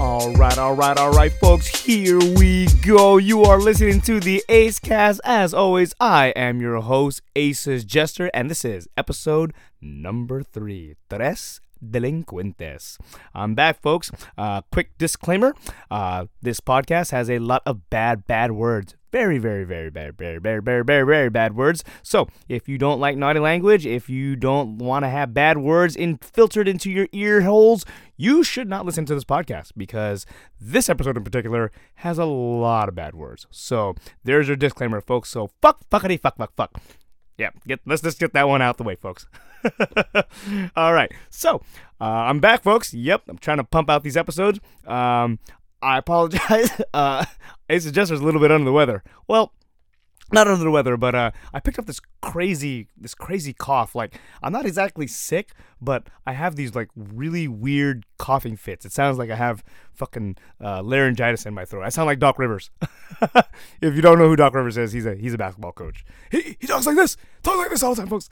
All right, all right, all right, folks, here we go. You are listening to the Ace Cast. As always, I am your host, Aces Jester, and this is episode number three Tres Delincuentes. I'm back, folks. Uh, quick disclaimer uh, this podcast has a lot of bad, bad words. Very, very, very, bad, very, very, very, very, very bad words. So, if you don't like naughty language, if you don't want to have bad words in, filtered into your ear holes, you should not listen to this podcast because this episode in particular has a lot of bad words. So, there's your disclaimer, folks. So, fuck, fuckity, fuck, fuck, fuck. Yeah, get let's just get that one out the way, folks. All right, so uh, I'm back, folks. Yep, I'm trying to pump out these episodes. Um, I apologize. uh, Ace Jester's a little bit under the weather. Well, not under the weather, but uh, I picked up this crazy, this crazy cough. Like I'm not exactly sick, but I have these like really weird coughing fits. It sounds like I have fucking uh, laryngitis in my throat. I sound like Doc Rivers. if you don't know who Doc Rivers is, he's a he's a basketball coach. He he talks like this, talks like this all the time, folks.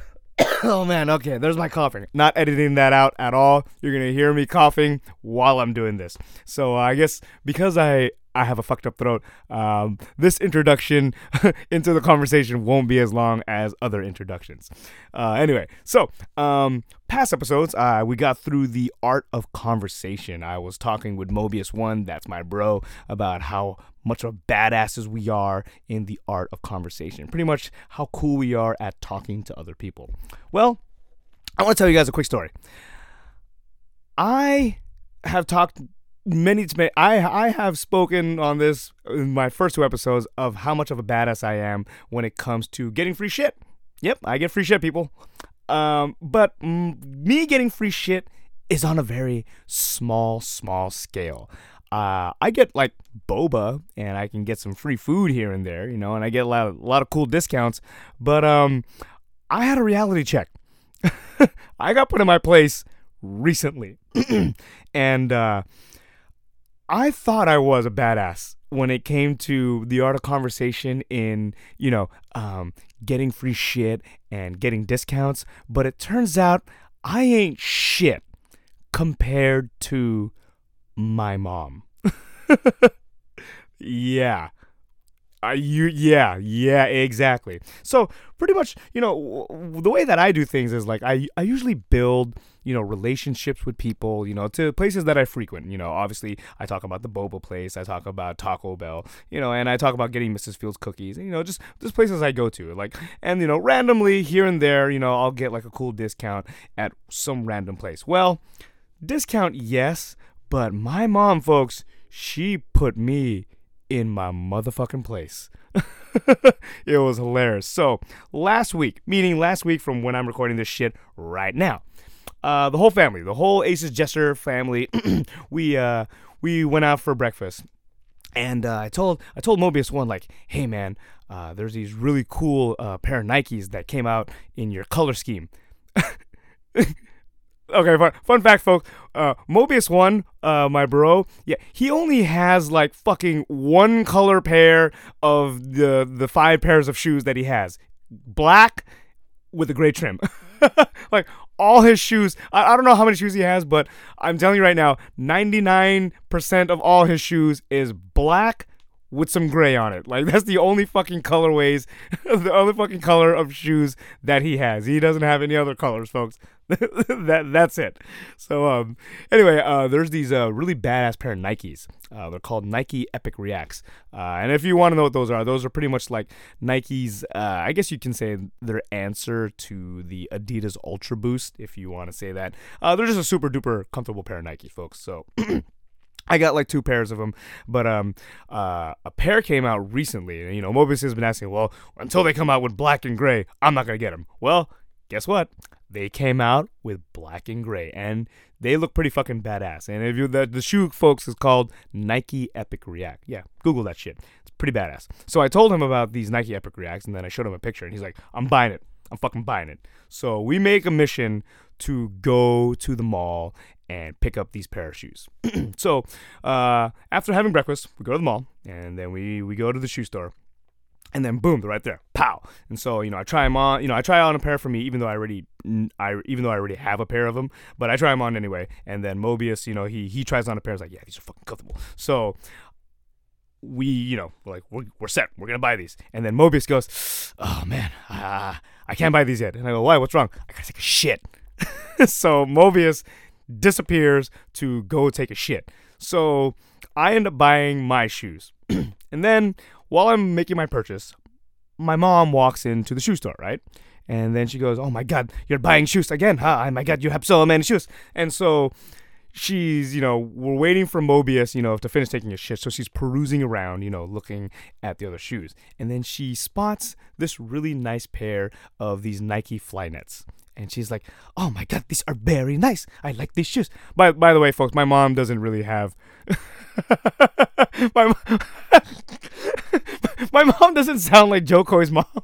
oh man, okay, there's my coughing. Not editing that out at all. You're gonna hear me coughing while I'm doing this. So uh, I guess because I I have a fucked up throat, um, this introduction into the conversation won't be as long as other introductions. Uh, anyway, so um, past episodes, uh, we got through the art of conversation. I was talking with Mobius One, that's my bro, about how much of badasses we are in the art of conversation. Pretty much how cool we are at talking to other people. Well, I want to tell you guys a quick story. I have talked many t- I I have spoken on this in my first two episodes of how much of a badass I am when it comes to getting free shit. Yep, I get free shit, people. Um, but mm, me getting free shit is on a very small, small scale. Uh, I get like boba, and I can get some free food here and there, you know, and I get a lot of, a lot of cool discounts. But um, I had a reality check. I got put in my place recently, and uh, I thought I was a badass when it came to the art of conversation in, you know, um, getting free shit and getting discounts, but it turns out I ain't shit compared to my mom. yeah. Uh, you yeah yeah exactly so pretty much you know w- the way that i do things is like I, I usually build you know relationships with people you know to places that i frequent you know obviously i talk about the boba place i talk about taco bell you know and i talk about getting mrs fields cookies and you know just just places i go to like and you know randomly here and there you know i'll get like a cool discount at some random place well discount yes but my mom folks she put me in my motherfucking place. it was hilarious. So, last week, meaning last week from when I'm recording this shit right now, uh, the whole family, the whole Aces Jester family, we uh, we went out for breakfast. And uh, I told I told Mobius one like, hey man, uh, there's these really cool uh, pair of Nikes that came out in your color scheme. okay, fun, fun fact, folks. Uh, Mobius One, uh, my bro, yeah, he only has like fucking one color pair of the the five pairs of shoes that he has, black with a gray trim. like all his shoes, I, I don't know how many shoes he has, but I'm telling you right now, 99% of all his shoes is black with some gray on it. Like that's the only fucking colorways, the only fucking color of shoes that he has. He doesn't have any other colors, folks. that that's it. So um, anyway, uh, there's these uh, really badass pair of Nikes. Uh, they're called Nike Epic Reacts. Uh, and if you want to know what those are, those are pretty much like Nike's. Uh, I guess you can say their answer to the Adidas Ultra Boost, if you want to say that. Uh, they're just a super duper comfortable pair of Nike, folks. So. I got like two pairs of them, but um, uh, a pair came out recently, and you know, Mobius has been asking, well, until they come out with black and gray, I'm not gonna get them. Well, guess what? They came out with black and gray, and they look pretty fucking badass. And if you the, the shoe folks is called Nike Epic React. Yeah, Google that shit. It's pretty badass. So I told him about these Nike Epic Reacts, and then I showed him a picture, and he's like, I'm buying it. I'm fucking buying it. So we make a mission to go to the mall and pick up these pair of shoes. so uh, after having breakfast, we go to the mall and then we, we go to the shoe store. and then boom, they're right there, pow. And so you know, I try them on. You know, I try on a pair for me, even though I already, I even though I already have a pair of them, but I try them on anyway. And then Mobius, you know, he he tries on a pair. He's like, yeah, these are fucking comfortable. So we, you know, we're like we're, we're set. We're gonna buy these. And then Mobius goes, oh man, uh, I can't buy these yet. And I go, why? What's wrong? I gotta take a shit. so Mobius disappears to go take a shit. So I end up buying my shoes, and then while I'm making my purchase, my mom walks into the shoe store, right? And then she goes, "Oh my God, you're buying shoes again, huh? Oh my God, you have so many shoes." And so she's, you know, we're waiting for Mobius, you know, to finish taking his shit. So she's perusing around, you know, looking at the other shoes, and then she spots this really nice pair of these Nike Flyknits. And she's like, "Oh my God, these are very nice. I like these shoes." By by the way, folks, my mom doesn't really have. my mo- my mom doesn't sound like Joko's mom.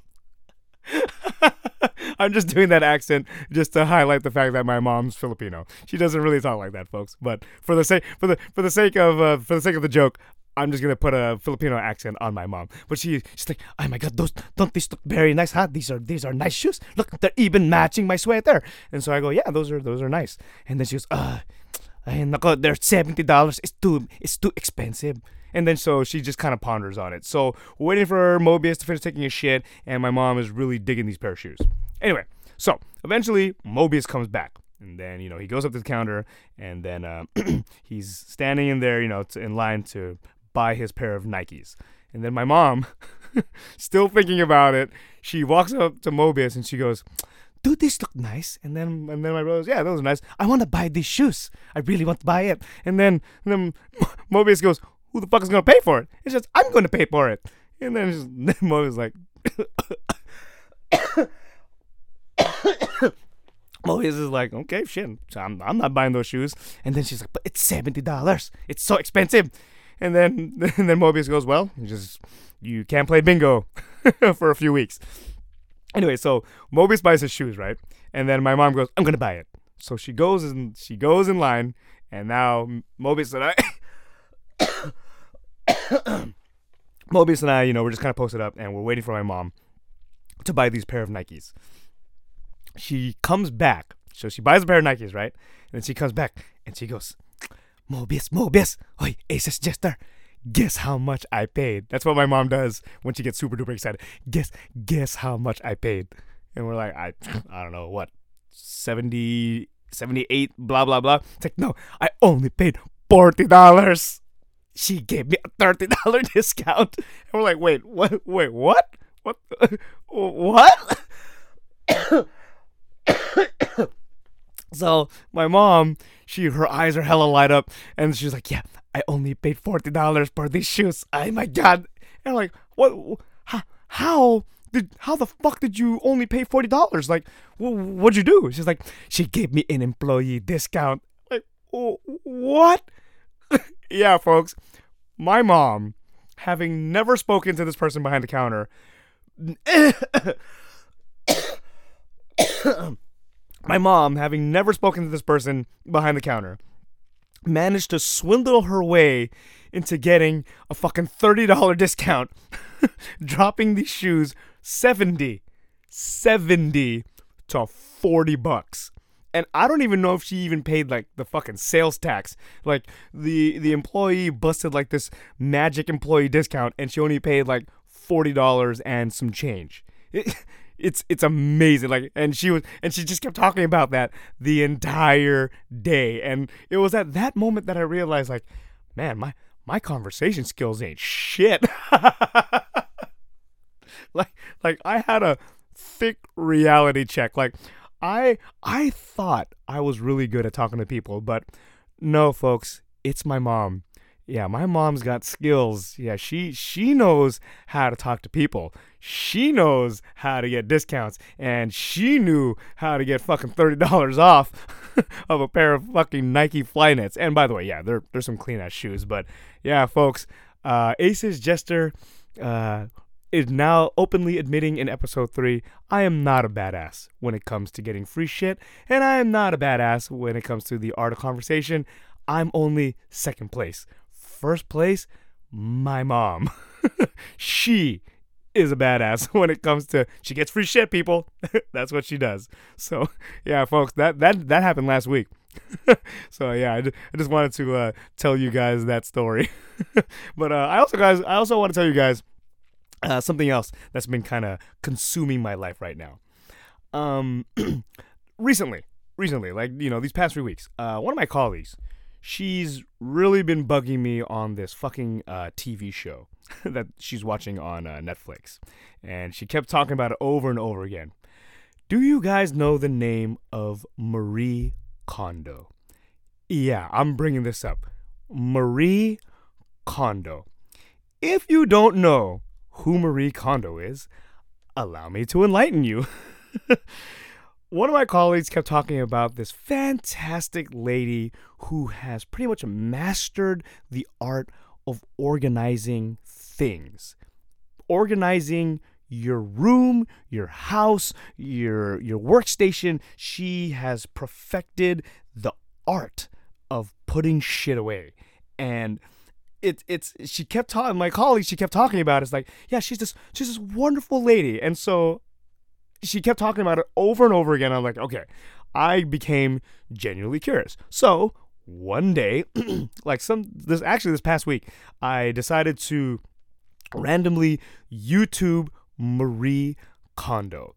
I'm just doing that accent just to highlight the fact that my mom's Filipino. She doesn't really talk like that, folks. But for the sake for the for the sake of uh, for the sake of the joke, I'm just gonna put a Filipino accent on my mom. But she she's like, oh my god, those don't these look very nice, huh? These are these are nice shoes. Look, they're even matching my sweater. And so I go, yeah, those are those are nice. And then she goes, uh, ay, nako, they're seventy dollars. It's too it's too expensive. And then so she just kind of ponders on it. So we're waiting for Mobius to finish taking his shit, and my mom is really digging these pair of shoes. Anyway, so eventually Mobius comes back. And then, you know, he goes up to the counter, and then uh, he's standing in there, you know, to, in line to buy his pair of Nikes. And then my mom, still thinking about it, she walks up to Mobius and she goes, "Do these look nice?" And then and then my brother goes, "Yeah, those are nice. I want to buy these shoes. I really want to buy it." And then and then Mobius goes, "Who the fuck is gonna pay for it?" It's just I'm gonna pay for it. And then, just, then Mobius like. Mobius is like, okay, shit, I'm, I'm not buying those shoes. And then she's like, but it's $70. It's so expensive. And then and then Mobius goes, "Well, you just you can't play bingo for a few weeks." Anyway, so Mobius buys his shoes, right? And then my mom goes, "I'm gonna buy it." So she goes and she goes in line, and now Mobius and I, Mobius and I, you know, we're just kind of posted up, and we're waiting for my mom to buy these pair of Nikes. She comes back, so she buys a pair of Nikes, right? And then she comes back and she goes, Mobius, Mobius, oi, Aces Jester. Guess how much I paid. That's what my mom does when she gets super duper excited. Guess, guess how much I paid. And we're like, I, I don't know what, 70, 78, blah blah blah. It's like, no, I only paid forty dollars. She gave me a thirty dollar discount. And we're like, wait, what? Wait, what? What? What? So my mom, she her eyes are hella light up, and she's like, "Yeah, I only paid forty dollars for these shoes. Oh my god!" And I'm like, "What? How, how did? How the fuck did you only pay forty dollars? Like, wh- what'd you do?" She's like, "She gave me an employee discount." Like, oh, what? yeah, folks, my mom, having never spoken to this person behind the counter. my mom, having never spoken to this person behind the counter, managed to swindle her way into getting a fucking $30 discount, dropping these shoes 70, 70 to 40 bucks. And I don't even know if she even paid like the fucking sales tax. Like the the employee busted like this magic employee discount and she only paid like $40 and some change. It, it's it's amazing like and she was and she just kept talking about that the entire day and it was at that moment that i realized like man my my conversation skills ain't shit like like i had a thick reality check like i i thought i was really good at talking to people but no folks it's my mom yeah my mom's got skills yeah she she knows how to talk to people she knows how to get discounts and she knew how to get fucking $30 off of a pair of fucking nike flyknits and by the way yeah they're, they're some clean ass shoes but yeah folks uh, aces jester uh, is now openly admitting in episode 3 I am not a badass when it comes to getting free shit, and I am not a badass when it comes to the art of conversation. I'm only second place first place, my mom. she is a badass when it comes to she gets free shit, people. That's what she does. So yeah, folks, that that that happened last week. so yeah, I, ju- I just wanted to uh, tell you guys that story. but uh, I also guys, I also want to tell you guys uh, something else that's been kind of consuming my life right now. Um, recently, recently, like you know, these past three weeks, uh, one of my colleagues, she's really been bugging me on this fucking uh, TV show that she's watching on uh, Netflix, and she kept talking about it over and over again. Do you guys know the name of Marie Kondo? Yeah, I'm bringing this up. Marie Kondo. If you don't know who Marie Kondo is, allow me to enlighten you. One of my colleagues kept talking about this fantastic lady who has pretty much mastered the art of organizing things organizing your room, your house, your your workstation. She has perfected the art of putting shit away. And it, it's she kept talking my colleague, she kept talking about it. it's like, yeah, she's this she's this wonderful lady. And so she kept talking about it over and over again. I'm like, okay, I became genuinely curious. So one day, like some this actually this past week, I decided to randomly YouTube Marie Kondo.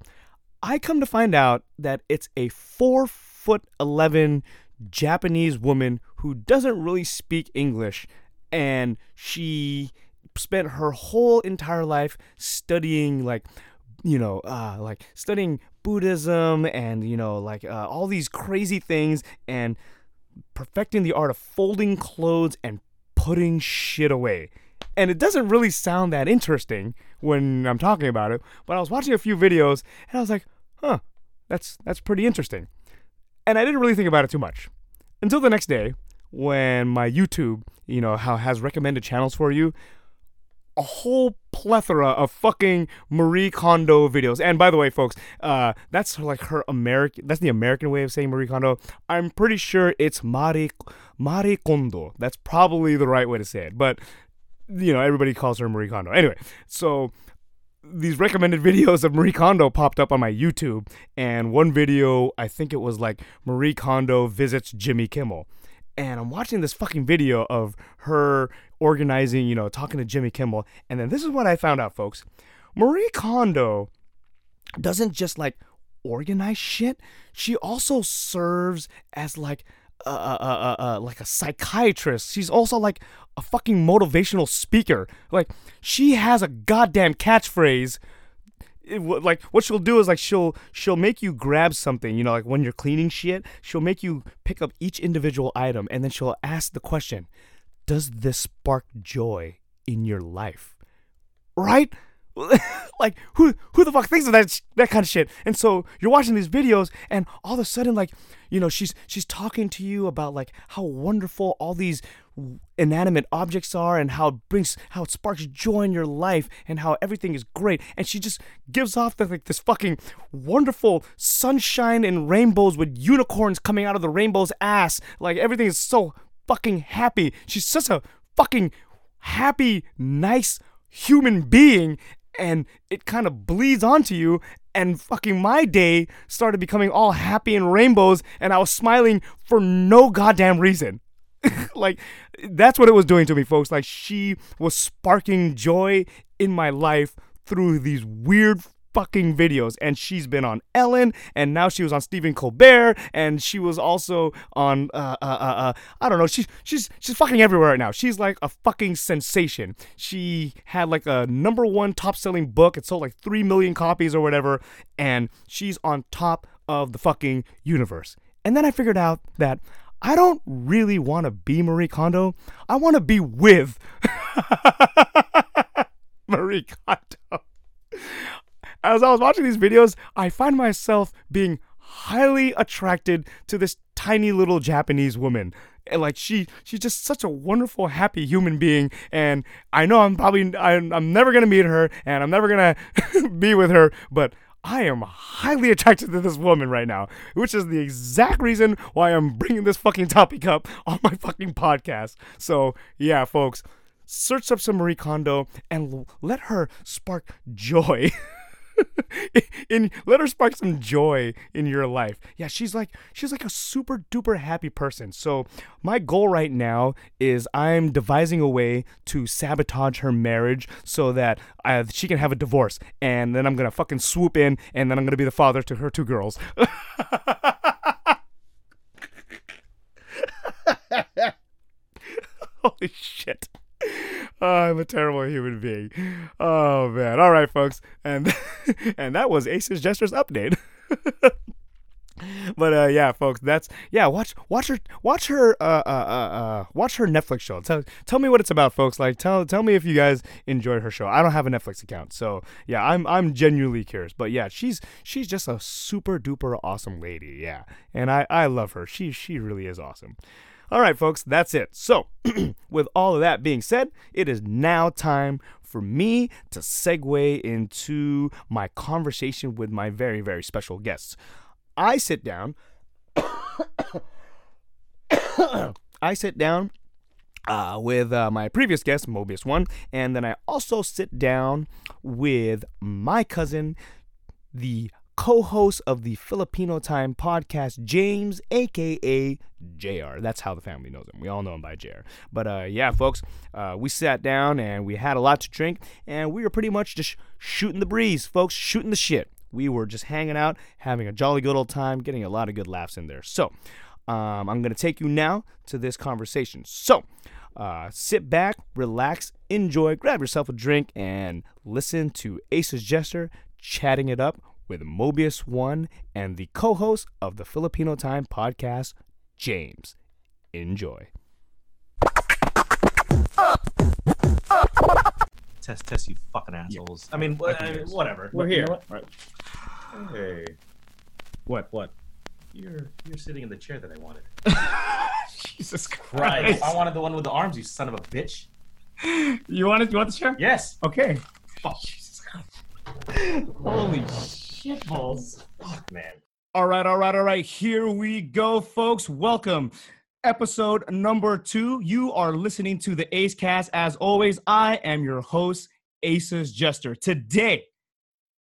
I come to find out that it's a four foot eleven Japanese woman who doesn't really speak English, and she spent her whole entire life studying like you know uh, like studying Buddhism and you know like uh, all these crazy things and perfecting the art of folding clothes and putting shit away. And it doesn't really sound that interesting when I'm talking about it, but I was watching a few videos and I was like, "Huh, that's that's pretty interesting." And I didn't really think about it too much until the next day when my YouTube, you know, how has recommended channels for you, a whole plethora of fucking Marie Kondo videos. And by the way, folks, uh, that's her- like her American. That's the American way of saying Marie Kondo. I'm pretty sure it's Marie Marie Kondo. That's probably the right way to say it. But you know, everybody calls her Marie Kondo. Anyway, so these recommended videos of Marie Kondo popped up on my YouTube, and one video, I think it was like Marie Kondo visits Jimmy Kimmel. And I'm watching this fucking video of her organizing, you know, talking to Jimmy Kimmel. And then this is what I found out, folks Marie Kondo doesn't just like organize shit, she also serves as like uh, uh, uh, uh, like a psychiatrist. She's also like a fucking motivational speaker. Like she has a goddamn catchphrase. It w- like what she'll do is like she'll she'll make you grab something. You know, like when you're cleaning shit, she'll make you pick up each individual item, and then she'll ask the question, "Does this spark joy in your life?" right? like who who the fuck thinks of that sh- that kind of shit? And so you're watching these videos, and all of a sudden, like you know, she's she's talking to you about like how wonderful all these w- inanimate objects are, and how it brings how it sparks joy in your life, and how everything is great. And she just gives off the, like this fucking wonderful sunshine and rainbows with unicorns coming out of the rainbow's ass. Like everything is so fucking happy. She's such a fucking happy, nice human being, and it kind of bleeds onto you. And fucking my day started becoming all happy and rainbows, and I was smiling for no goddamn reason. like, that's what it was doing to me, folks. Like, she was sparking joy in my life through these weird fucking videos. And she's been on Ellen, and now she was on Stephen Colbert, and she was also on uh, uh, uh, uh I don't know. She's she's she's fucking everywhere right now. She's like a fucking sensation. She had like a number one top selling book. It sold like three million copies or whatever, and she's on top of the fucking universe. And then I figured out that. I don't really want to be Marie Kondo. I want to be with Marie Kondo as I was watching these videos, I find myself being highly attracted to this tiny little Japanese woman. And like she, she's just such a wonderful, happy human being. And I know I'm probably, I'm, I'm never gonna meet her, and I'm never gonna be with her, but. I am highly attracted to this woman right now, which is the exact reason why I'm bringing this fucking topic up on my fucking podcast. So, yeah, folks, searched up some Marie Kondo and l- let her spark joy. in let her spark some joy in your life. Yeah, she's like she's like a super duper happy person. So my goal right now is I'm devising a way to sabotage her marriage so that uh, she can have a divorce, and then I'm gonna fucking swoop in, and then I'm gonna be the father to her two girls. Holy shit. Oh, I'm a terrible human being. Oh man. All right, folks. And and that was Ace's Gestures update. but uh, yeah, folks, that's yeah. Watch watch her watch her uh, uh, uh, uh, watch her Netflix show. Tell tell me what it's about, folks. Like tell tell me if you guys enjoyed her show. I don't have a Netflix account, so yeah, I'm I'm genuinely curious. But yeah, she's she's just a super duper awesome lady. Yeah, and I I love her. She she really is awesome. All right, folks, that's it. So, with all of that being said, it is now time for me to segue into my conversation with my very, very special guests. I sit down. I sit down uh, with uh, my previous guest, Mobius One, and then I also sit down with my cousin, the co host of the Filipino Time podcast, James, aka JR. That's how the family knows him. We all know him by JR. But uh, yeah, folks, uh, we sat down and we had a lot to drink, and we were pretty much just shooting the breeze, folks, shooting the shit. We were just hanging out, having a jolly good old time, getting a lot of good laughs in there. So um, I'm going to take you now to this conversation. So uh, sit back, relax, enjoy, grab yourself a drink, and listen to Ace's Jester chatting it up with Mobius One and the co host of the Filipino Time podcast, James. Enjoy. Test, test, you fucking assholes. I mean, wha- I mean, whatever. We're But you here. know what? Hey, What? What? you're you're sitting in the chair that I wanted. Jesus Right. I wanted the one with the arms. You son of a bitch. You want it? You want the chair? Yes. Okay. Fuck. Holy shit balls! Fuck, man. All right, all right, all right. Here we go, folks. Welcome. Episode number two. You are listening to the Ace Cast. As always, I am your host, Ace's Jester. Today,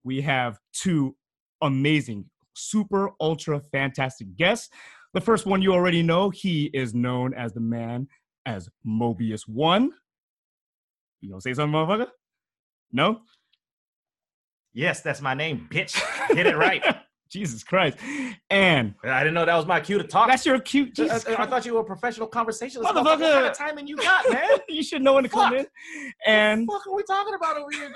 we have two amazing, super, ultra fantastic guests. The first one you already know, he is known as the man as Mobius One. You gonna say something, motherfucker? No? Yes, that's my name, bitch. Hit it right. Jesus Christ. And I didn't know that was my cue to talk. that's your cute. I- Jesus I, I Christ. thought you were a professional conversationalist. Motherfucker. What kind of timing you got, man? you should know when to come in. And What the fuck are we talking about over here?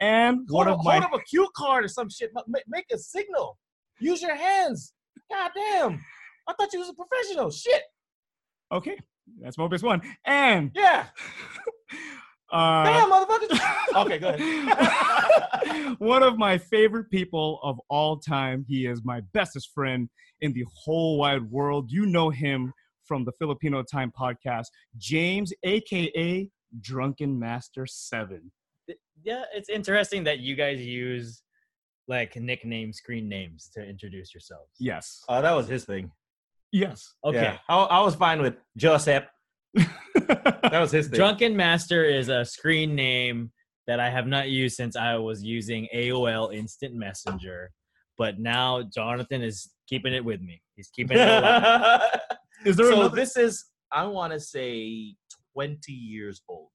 and Hold, one up, of my hold up a cue card or some shit. Ma- ma- Make a signal. Use your hands. God damn. I thought you was a professional. Shit. okay, that's Mobius one. And Yeah. uh, Damn, motherfucker. okay, go ahead. one of my favorite people of all time. He is my bestest friend in the whole wide world. You know him from the Filipino Time podcast, James, aka Drunken Master Seven. yeah, it's interesting that you guys use like nickname screen names to introduce yourselves. Yes. Oh, that was his thing. Yes. Okay. Yeah. I, I was fine with Joseph. That was his thing. Drunken Master is a screen name that I have not used since I was using AOL Instant Messenger, but now Jonathan is keeping it with me. He's keeping it alive. is there so another? this is, I want to say, 20 years old.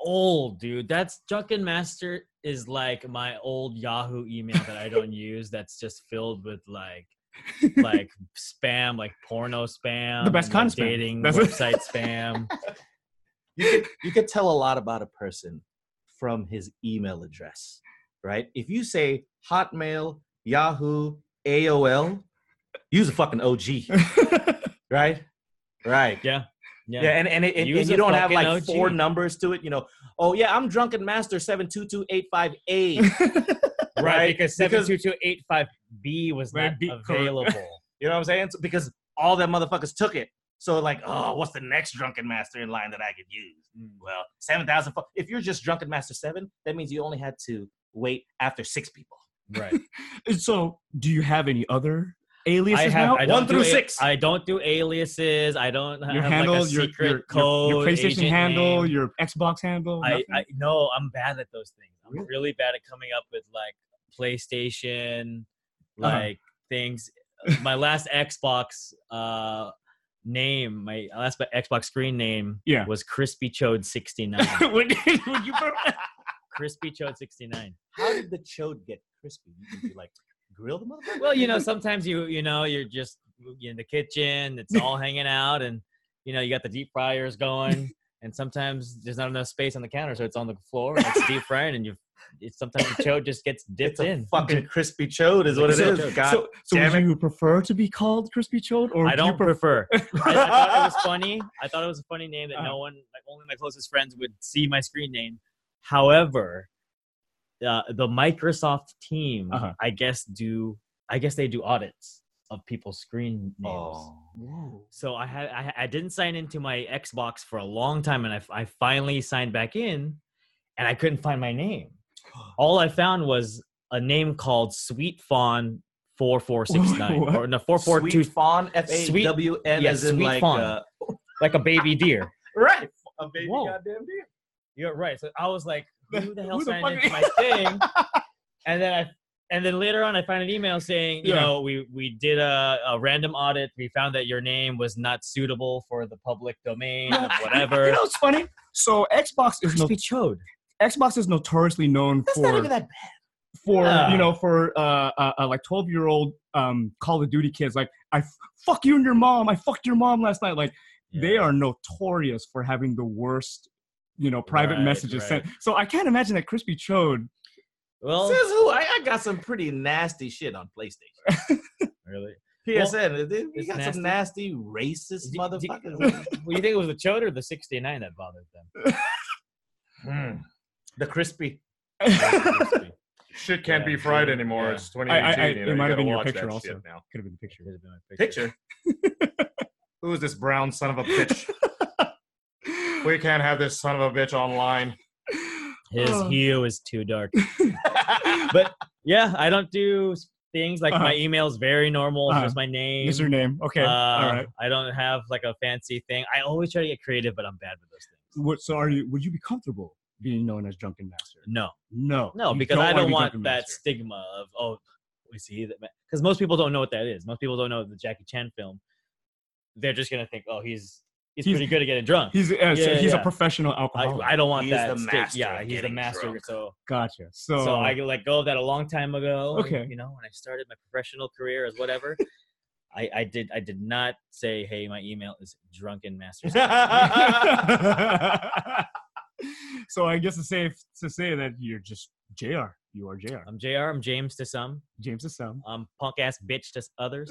old, dude. That's Drunken Master is like my old Yahoo email that I don't use. That's just filled with like like spam, like porno spam, The best and, kind like, of spam. dating That's it. website spam. You could, you could tell a lot about a person from his email address, right? If you say Hotmail, Yahoo, AOL, use a fucking OG, right? Right. Yeah. Yeah, Yeah. and, and, it, and, Use and you a don't have fucking like OG. four numbers to it, you know. Oh yeah, I'm drunken master seven two two eight five eight. Right, Right, because because- 72285B was Right, not be- correct. available. You know what I'm saying? So- because all them motherfuckers took it. So like, oh, what's the next drunken master in line that I could use? Mm. Well, seven thousand. If you're just drunken master seven, that means you only had to wait after six people. right. so, do you have any other aliases I have now? I don't One do through a- six. I don't do aliases. I don't your have handle, like a your, secret your, code, your, your PlayStation agent handle, name. your Xbox handle. I, nothing? I no, I'm bad at those things. I'm really bad at coming up with like PlayStation, Uh-huh. like things. My last Xbox uh name, my last Xbox screen name, Yeah. was Crispy Chode 69. would, would you put Crispy Chode 69. How did the chode get crispy? You could be like, grill the motherfucker? Well, you know, sometimes you you know you're just in the kitchen, it's all hanging out, and you know you got the deep fryers going, and sometimes there's not enough space on the counter, so it's on the floor, and it's deep frying, and you. It's sometimes the chode just gets dipped it's a in. fucking crispy chode, is what it So- is. God so, so damn would you prefer to be called Crispy Chode, or do I you don't prefer. I, I thought it was funny. I thought it was a funny name that Uh-huh. no one, like only my closest friends, would see my screen name. However, uh, the Microsoft team, Uh-huh. I guess, do I guess they do audits of people's screen names. Oh. So I had I, I didn't sign into my Xbox for a long time, and I, f- I finally signed back in, and I couldn't find my name. All I found was a name called Sweet Fawn four four six nine What? or no four four two Sweet fawn, F A W N, yeah, as in sweet like fawn. uh, like a baby deer. right, a baby Whoa. goddamn deer. You're right. So I was like, who the hell Who the signed fuck into are my thing? And then I and then later on I found an email saying, you Yeah. know, we we did a, a random audit. We found that your name was not suitable for the public domain of You whatever. know what's funny? So Xbox is no, Crispy Chode. Xbox is notoriously known That's for not even that bad. for Yeah. you know for uh, uh, uh like 12 year old um call of duty kids like i f- fuck you and your mom i fucked your mom last night like they are notorious for having the worst you know private Right, messages right. sent so i can't imagine that crispy chode well Says who? I, I got some pretty nasty shit on PlayStation. really. PSN, they- we it's got some nasty racist Do- do- motherfuckers. Well, you think it was the chode or the 69 that bothered them? Mm. The crispy. Crispy. Shit can't be fried anymore. It's 2018. I- I- you it know, you might have gotta been your watch that picture shit also. Now. could have been a picture Should've been my Picture. Who is this brown son of a bitch? we can't have this son of a bitch online. His Oh. hue is too dark. but yeah, I don't do s- things like my Uh-huh. email's very normal. It's Uh-huh. just my name. is your name okay Uh, all right I don't have like a fancy thing. I always try to get creative, but I'm bad with those things. what, so are you would you be comfortable being known as drunken master No, no no, you because I wanna don't be want Drunken that Master. stigma of oh, we see that because most people don't know what that is. Most people don't know the Jackie Chan film. They're just gonna think, oh, he's he's, He's- Oh. pretty good at getting drunk. he's uh, so Yeah, he's yeah. a professional I, alcoholic I don't want He's that. the stig- master yeah, of he's the getting master. drunk. So gotcha so, so I let go of that a long time ago. Okay. You know, when I started my professional career as whatever, I, I did I did not say, hey, my email is drunken master. so I guess it's safe to say that you're just JR. You are JR. I'm JR, I'm James to some. James is Sam. I'm punk ass bitch to s- others.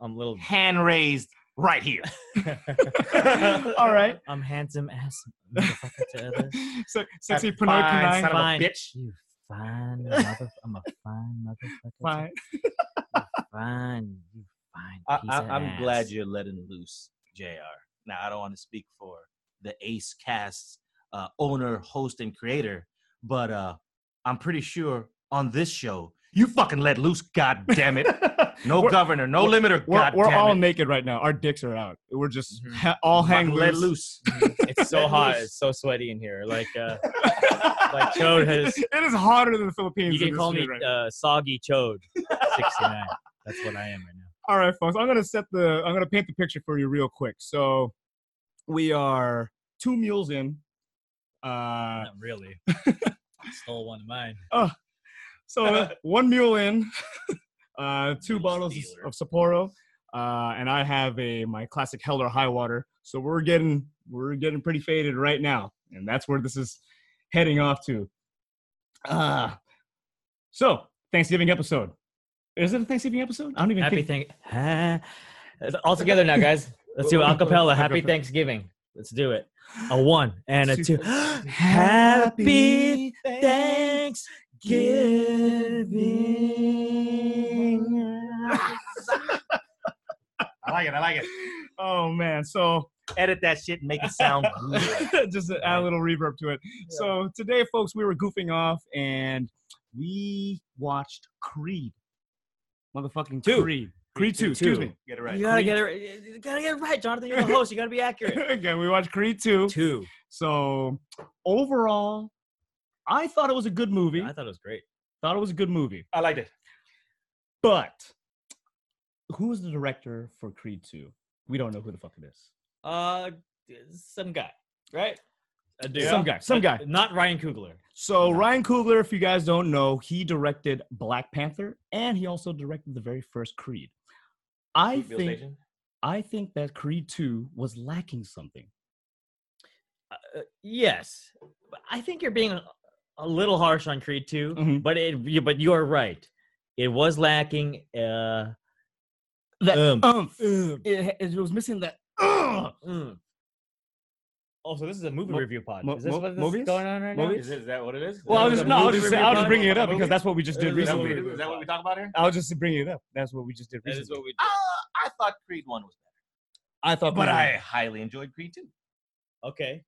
I'm little Hand raised right here. All right. I'm handsome ass motherfucker to others. So, sexy That fine Pinoy Pinoy. son of a Fine. bitch. You fine mother I'm a fine motherfucker. Fine. to- Fine. You fine. I, piece I, of I'm glad ass. you're letting loose, Jr. Now I don't want to speak for the Ace Cast uh, owner, host, and creator, but uh, I'm pretty sure on this show you fucking let loose. God damn it! No We're- governor, no limiter. We're, God we're damn all it. naked right now. Our dicks are out. We're just Mhm. ha- all hang Fucking loose. let loose. it's so Let hot. loose. It's so sweaty in here. Like, uh, like Chode has. It is hotter than the Philippines. in You can this call me studio right now. uh, Soggy Chode. Sixty-nine. That's what I am right now. All right, folks. I'm gonna set the. I'm gonna paint the picture for you real quick. So, we are two mules in. Uh, Not really. Stole one of mine. So uh, one mule in, uh, two Mule bottles stealer. of Sapporo, uh, and I have a my classic Hell or High Water. So we're getting we're getting pretty faded right now, and that's where this is heading off to. Uh, so Thanksgiving episode. Is it a Thanksgiving episode? I don't even Happy think. thank. Huh? All together now, guys. Let's do acapella. Happy Thanksgiving. Let's do it. A one and a two. Happy Thanksgiving. I like it. I like it. Oh man! So Edit that shit. and Make it sound good. just add a little reverb to it. So today, folks, we were goofing off and we watched Creed. Motherfucking Two. Creed. Creed two. Excuse Two. me. Get it right. You gotta Creed. get it. right- You gotta get it right, Jonathan. You're the host. You gotta be accurate. Again, we watched Creed two. Two. So overall, I thought it was a good movie. I thought it was great. thought it was a good movie. I liked it. But who's the director for Creed two? We don't know who the fuck it is. Uh, some guy, right? A dude. Some guy. Some guy. Not Ryan Coogler. So Ryan Coogler, if you guys don't know, he directed Black Panther and he also directed the very first Creed. I Creed Bill think Station. I think that Creed 2 was lacking something. Uh, yes, But I think you're being a, a little harsh on Creed 2 Mhm. but it. you- But you are right. It was lacking. Uh, That Um, umph. It, it was missing that uh, mm. Oh, so this is a movie Mo- review pod. Mo- is this Mo- what this Mobius? is going on right Mobius? now? Is, it, is that what it is? Well, I was Is just that no, I movie was just, review I was pod? bringing it up Movie? because that's what we just Is did that Is that, what what we we recently. do? Is that what we talk about here? I was just bringing it up. That's what we just did recently. we Uh, I thought Creed one was better, I thought, but Creed- I highly enjoyed Creed two. Okay.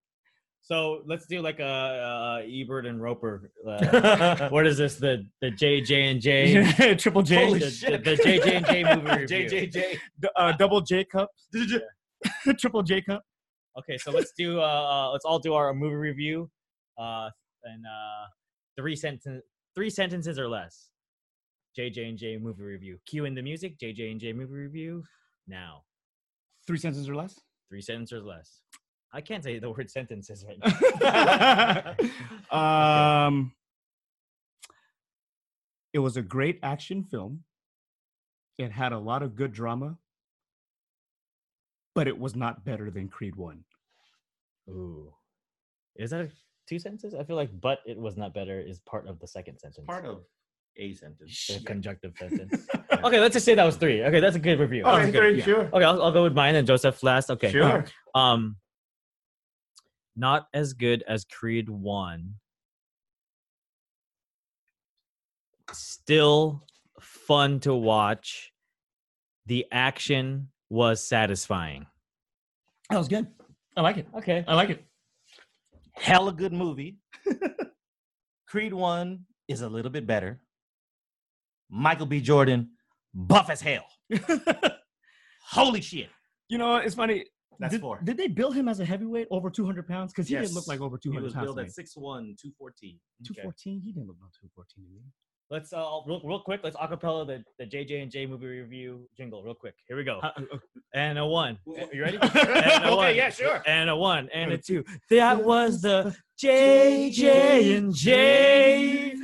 So let's do like a uh, Ebert and Roper. Uh, what is this? The the JJ and J. triple J, Holy the- shit. the- the JJ and J movie review. JJJ. d- uh, double J cup, triple J cup. Okay, so let's do. Uh, uh, let's all do our movie review, uh, and uh, three sentence, three sentences or less. JJ and J movie review. Cue in the music. JJ and J movie review. Now, Three sentences or less. three sentences or less. I can't say the word sentences right now. um, it was a great action film. It had a lot of good drama, but it was not better than Creed One. Ooh, is that a, two sentences? I feel like, but it was not better is part of the second sentence. Part of a sentence. a conjunctive sentence. okay, let's just say that was three. Okay, that's a good review. Oh, That was it's good. very yeah. sure. Okay, I'll, I'll go with mine and Joseph last. Okay. Sure. Um, not as good as Creed One. Still fun to watch. The action was satisfying. Uh, That was good. I like it. Okay. I like it. Hella good movie. Creed one is a little bit better. Michael B. Jordan, buff as hell. Holy shit. You know, it's funny. That's did, four. Did they bill him as a heavyweight over 200 pounds? Because he didn't look Yes. like over He 200 was pounds. billed to at me. 6'1", 214. 214? He didn't look like 214 to me. Let's uh real, real quick. Let's acapella the the JJ and J movie review jingle real quick. Here we go. And a one. Uh, Wh- You ready? And a okay, one. yeah, sure. And a one and a And two. That was the JJ and J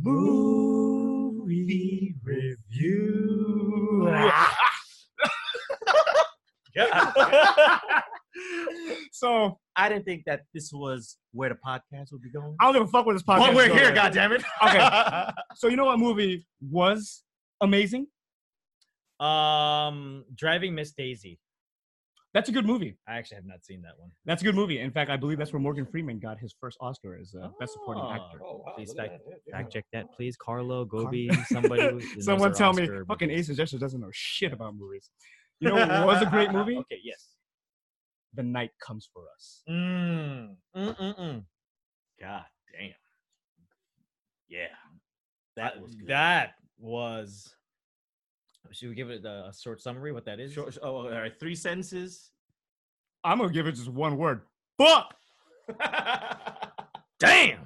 movie review. so I didn't think that this was where the podcast would be going. I don't give a fuck with this podcast. But we're is here, going. goddammit. Okay. So you know what movie was amazing? um, driving Miss Daisy. That's a good movie. I actually have not seen that one. That's a good movie. In fact, I believe that's where Morgan Freeman got his first Oscar as a best supporting Oh. actor. Please fact, fact check that, please. Carlo, Gobi, Car- somebody. who knows Someone their tell me, Oscar fucking movies. Ace Gesture doesn't know shit about movies. You know what was a great movie? Okay, yes. The Night Comes for Us. Mm. Mm-mm-mm. God damn. Yeah. That was was good. That was. Should we give it a, a short summary what that is? Sure, sure. Oh, all right. Three sentences. I'm gonna give it just one word. Fuck. Damn.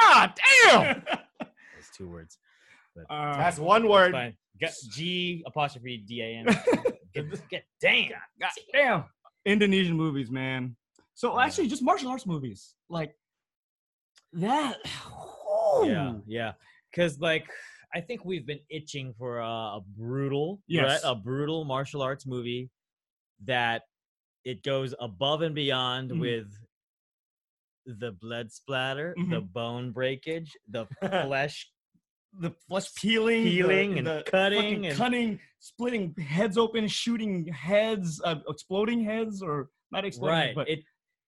God damn. It's two words. Uh, That's one It's word. fine. G, G apostrophe D A N. Get, get damn. God damn. Indonesian movies, man. So Yeah. actually, just martial arts movies like that. Yeah, Ooh. yeah. Because like I think we've been itching for a, a brutal, Yes. a brutal martial arts movie that it goes above and beyond Mhm. with the blood splatter, Mm-hmm. the bone breakage, the flesh the flesh peeling, the- peeling and the cutting fucking and cutting, splitting heads open, shooting heads, uh, exploding heads, or not exploding, right. but It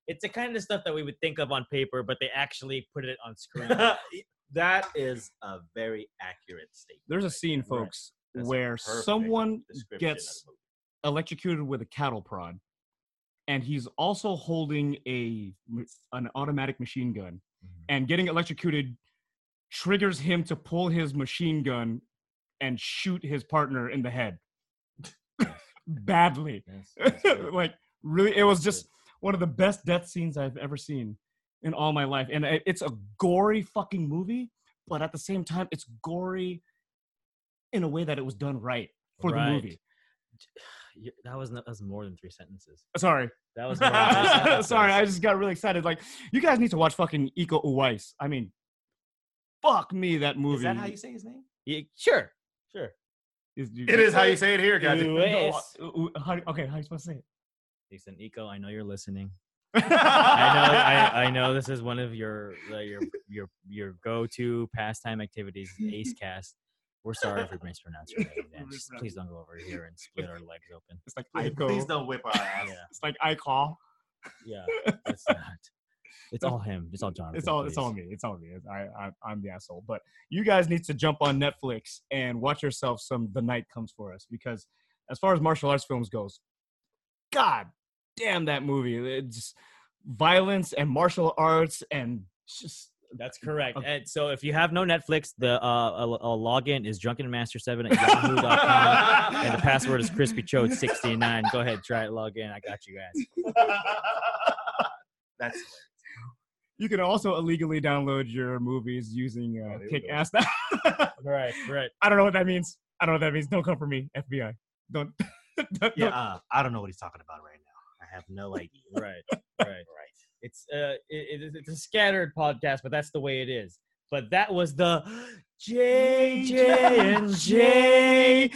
it's the kind of stuff that we would think of on paper, but they actually put it on screen. that is a very accurate statement. there's a scene, Right. folks, That's a where perfect someone description of gets the movie. electrocuted with a cattle prod, and he's also holding a m- an automatic machine gun, Mhm. and getting electrocuted triggers him to pull his machine gun and shoot his partner in the head badly. Yes, yes, yes. like really, it was just one of the best death scenes I've ever seen in all my life. And it- it's a gory fucking movie, but at the same time, it's gory in a way that it was done right for the Right. movie. You- That was, that was more than three sentences. Sorry, That was more than three sentences. sorry, I just got really excited. Like, you guys need to watch fucking Iko Uwais. I mean, fuck me, that movie. Is that how you say his name? Yeah, sure, sure. Is- you- It is how you say it here, guys. Uwais. U- U- how- okay, how you supposed to say it? Jason Nico, I know you're listening. I know, I I, I know this is one of your uh, your your your go-to pastime activities, Ace Cast. We're sorry if we mispronounced your name. Man. Just please don't go over here and split our legs open. It's like Please, Iko. please don't whip our ass. Yeah, It's like I call. yeah, it's not. It's all him. It's all Jonathan. It's all it's all me. please. It's all me. I, I I'm the asshole. But you guys need to jump on Netflix and watch yourself some The Night Comes for Us because as far as martial arts films goes, God damn that movie. It's just violence and martial arts and just That's correct. Okay. And so if you have no Netflix, the uh, a, a login is drunkenmaster7 at yahoo.com. and the password is crispy chode 69 go ahead try it log in i got you guys That's you can also illegally download your movies using Oh, uh, there we kick go. ass. right right I don't know what that means. I don't know what that means. Don't come for me, FBI. Don't. don't- yeah. don't- Uh, I don't know what he's talking about right now. I have no idea. right right it's uh it, it is it's a scattered podcast but that's the way it is but that was the jj and j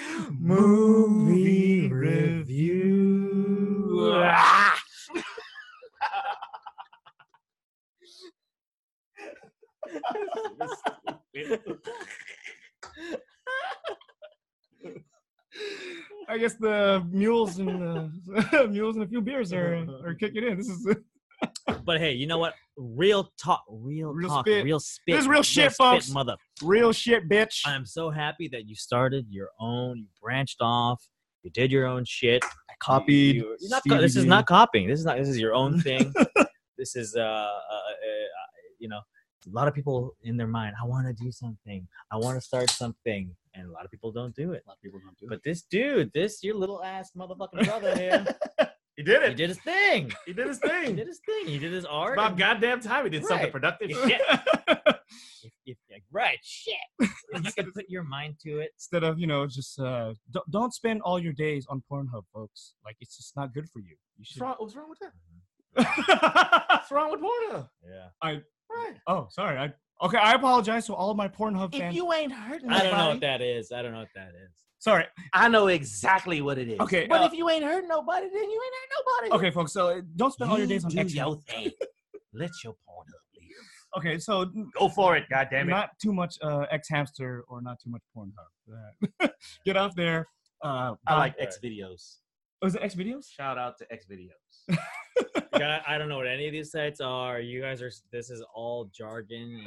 movie review Ah! I guess the mules and uh, mules and a few beers are are kicking in. This is but hey you know what real talk real, Real talk spit. real spit is real shit, spit, folks. mother real shit, bitch. I'm so happy that you started your own. You branched off. You did your own shit. I copied You, you're not co- this is Stevie not copying. This is not. This is your own thing. this is uh, uh, uh, you know, a lot of people in their mind. I want to do something. I want to start something, and a lot of people don't do it. lot of people don't do But this dude, this your little ass motherfucking brother here, He did he did his thing. He did his He thing. did his thing. He did his art. About and- goddamn time, he did something Right. productive. if- if- like, right, shit. If you could put your mind to it. Instead of you know just uh, don't, don't spend all your days on Pornhub, folks. Like it's just not good for you. You What's should. wrong, what's wrong with that? oh, What's wrong with Warner? Yeah. Right. sorry. I, okay, I apologize to all my Pornhub fans. ain't hurting I don't know what that is. I don't know what that is. sorry. I know exactly what it is. Okay, But uh, if you ain't hurting nobody, then you ain't hurting nobody. Okay, folks. So uh, don't spend all your days on do X. your thing. Let your porn up, live. Okay, so Go for it, goddammit. not too much uh, X hamster or not too much Pornhub. Uh, Get out there. Uh, I like Right. X videos. Was it X videos? Shout out to X videos. Yeah, I don't know what any of these sites are. You guys are. This is all jargon.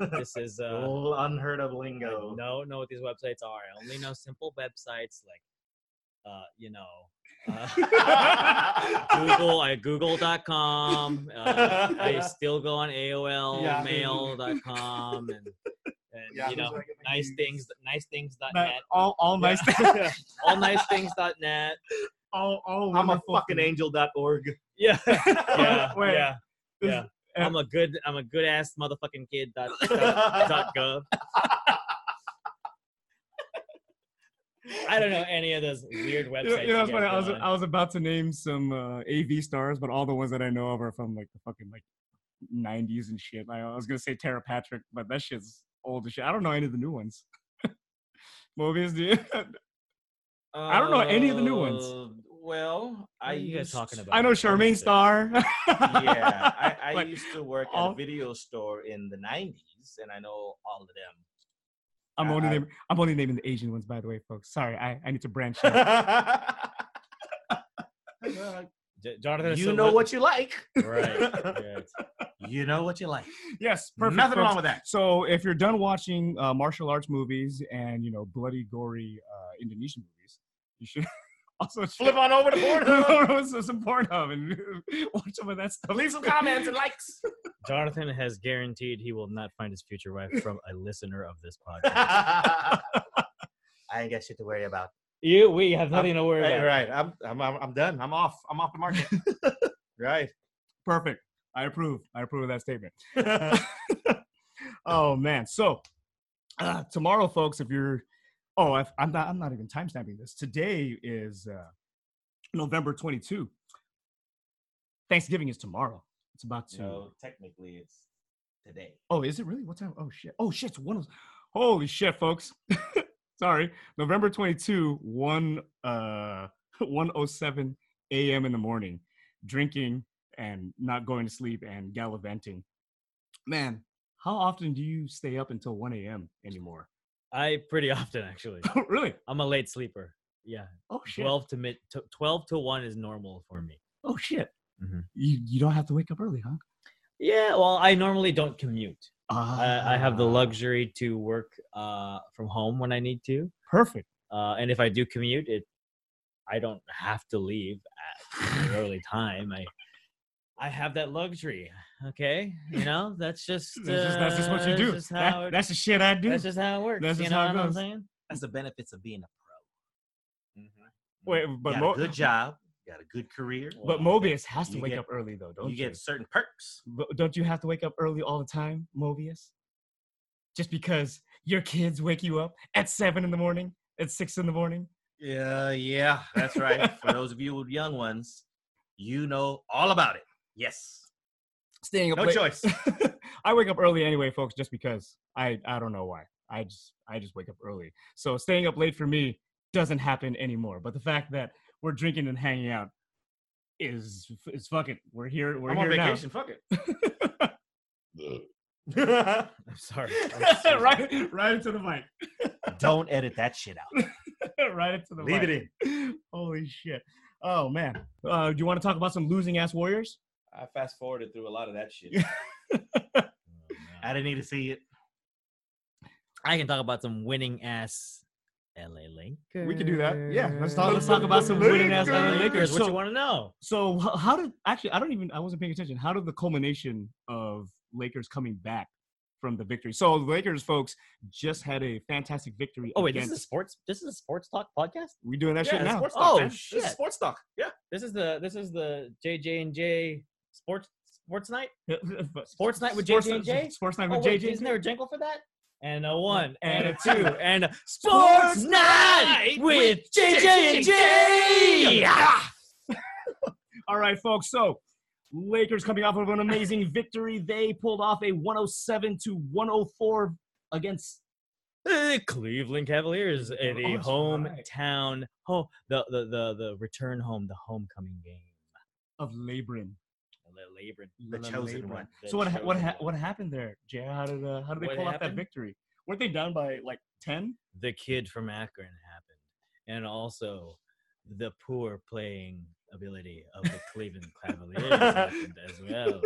and this is. Uh, Little unheard of I lingo. don't know what these websites are. I only know simple websites like, uh, you know, uh, Google. I Google.com. Uh, they still go on AOL Yahoo. Mail.com and and you know nice things nice things dot But net. all, all Yeah. nice. all nice things dot net. all, all I'm a wonderful fucking things. angel.org. Yeah. Yeah. Wait. Yeah. This- Yeah. uh, I'm a good I'm a good ass motherfucking kid dot, dot, dot gov. I don't know any of those weird websites. You know, you know, it's you guys funny. I was, go on. I was about to name some uh, AV stars, but all the ones that I know of are from like the fucking like 90s and shit. I, I was gonna say Tara Patrick, but that shit's old as shit. I don't know any of the new ones. Movies, dude. I don't know any of the new ones. Uh, Well, I are you guys used- uh, talking about? I know Charmaine Star. yeah, I, I Like, used to work at all- a video store in the '90s, and I know all of I'm only I- naming, I'm only naming the Asian ones, by the way, folks. Sorry, I, I need to branch out. them. J- Jonathan. you know what you like. Right. right. You know what you like. yes, perfect. Nothing folks. wrong with that. So if you're done watching uh, martial arts movies and you know bloody, gory uh, Indonesian movies, you should also Flip on over to Pornhub. Pornhub. some, some Pornhub and watch some of that stuff. Leave some comments and likes. Jonathan has guaranteed he will not find his future wife from a listener of this podcast. I I ain't got shit to worry about. You, we have nothing nothing to worry Right, about. right. I'm, I'm, I'm I'm done. I'm off. I'm off the market. right. Perfect. I approve. I approve of that statement. oh man. So uh, tomorrow, folks, if you're, oh, I, I'm not. I'm not even timestamping this. Today is uh, November 22. Thanksgiving is tomorrow. It's about to. So technically, it's today. Oh, is it really? What time? Oh shit. Oh shit. It's one. Holy shit, folks. Sorry. November 22, 1 uh 107 a.m. in the morning, drinking and not going to sleep and gallivanting. Man, how often do you stay up until 1 a.m. anymore? I pretty often actually. really? I'm a late sleeper. Yeah, Oh shit. twelve to mid, to, twelve to one is normal for me. oh shit. Mhm. You you don't have to wake up early, huh? Yeah, well, I normally don't commute. I, I have the Ah, luxury to work uh, from home when I need to, Perfect. uh, and if I do commute, it I don't have to leave at an early time. I I have that luxury. Okay, you know that's just That's just, that's just what uh, you do. That's just That- how it, that's the shit I do. that's just how it works. that's you just know how it what I'm goes. saying? That's the benefits of being a pro. Wait, but But got mo- a good job. Got a good career. Well, But Mobius has to You wake get- up early, though, don't you? you get certain perks. But don't you have to wake up early all the time, Mobius? Just because your kids wake you up at seven in the morning, at six in the morning. Yeah, yeah, that's right. For those of you with young ones, you know all about it. Yes. Staying up. No late- choice. I wake up early anyway, folks, just because I I don't know why. I just I just wake up early. So staying up late for me doesn't happen anymore. But the fact that we're drinking and hanging out is is fucking. We're here. We're I'm here on now. vacation. Fuck it. I'm sorry. Oh, right, right into the mic. Don't edit that shit out. right into the Leave mic. it in. Holy shit. Oh man. Uh, do you want to talk about some losing ass warriors? I fast forwarded through a lot of that shit. I I, didn't need to see it. I can talk about some winning ass LA Lakers. We can do that. Yeah, let's talk- let's talk about some winning winning ass LA Lakers. What So- you want to know? So h- how did actually I don't even I wasn't paying attention. How did the culmination of Lakers coming back from the victory? So the Lakers folks just had a fantastic victory. Oh wait, this against, is a sports. This is a sports talk podcast. we doing that shit it's now. sports Oh, man. This is shit. sports talk. Yeah. This is the this is the JJ and J sports sports night. Sports night with Sports- JJ&J? Sports night Oh, with wait, JJ. isn't there a jingle for that? And a one, and a and- two, and a Sports sports night with JJ and J. All right, folks. So, Lakers coming off of an amazing victory. They pulled off a 107 to 104 against. The Cleveland Cavaliers, uh, Oh, the that's right. hometown, home, the, the the the return home, the homecoming game. Of Labrin, The labor- The chosen one. So what ha- what chosen ha- one. what happened there, Jay? How did uh, how did they What pull off that happened? victory? Weren't they down by like ten? the kid from Akron happened, and also the poor playing ability of the Cleveland Cavaliers happened as well.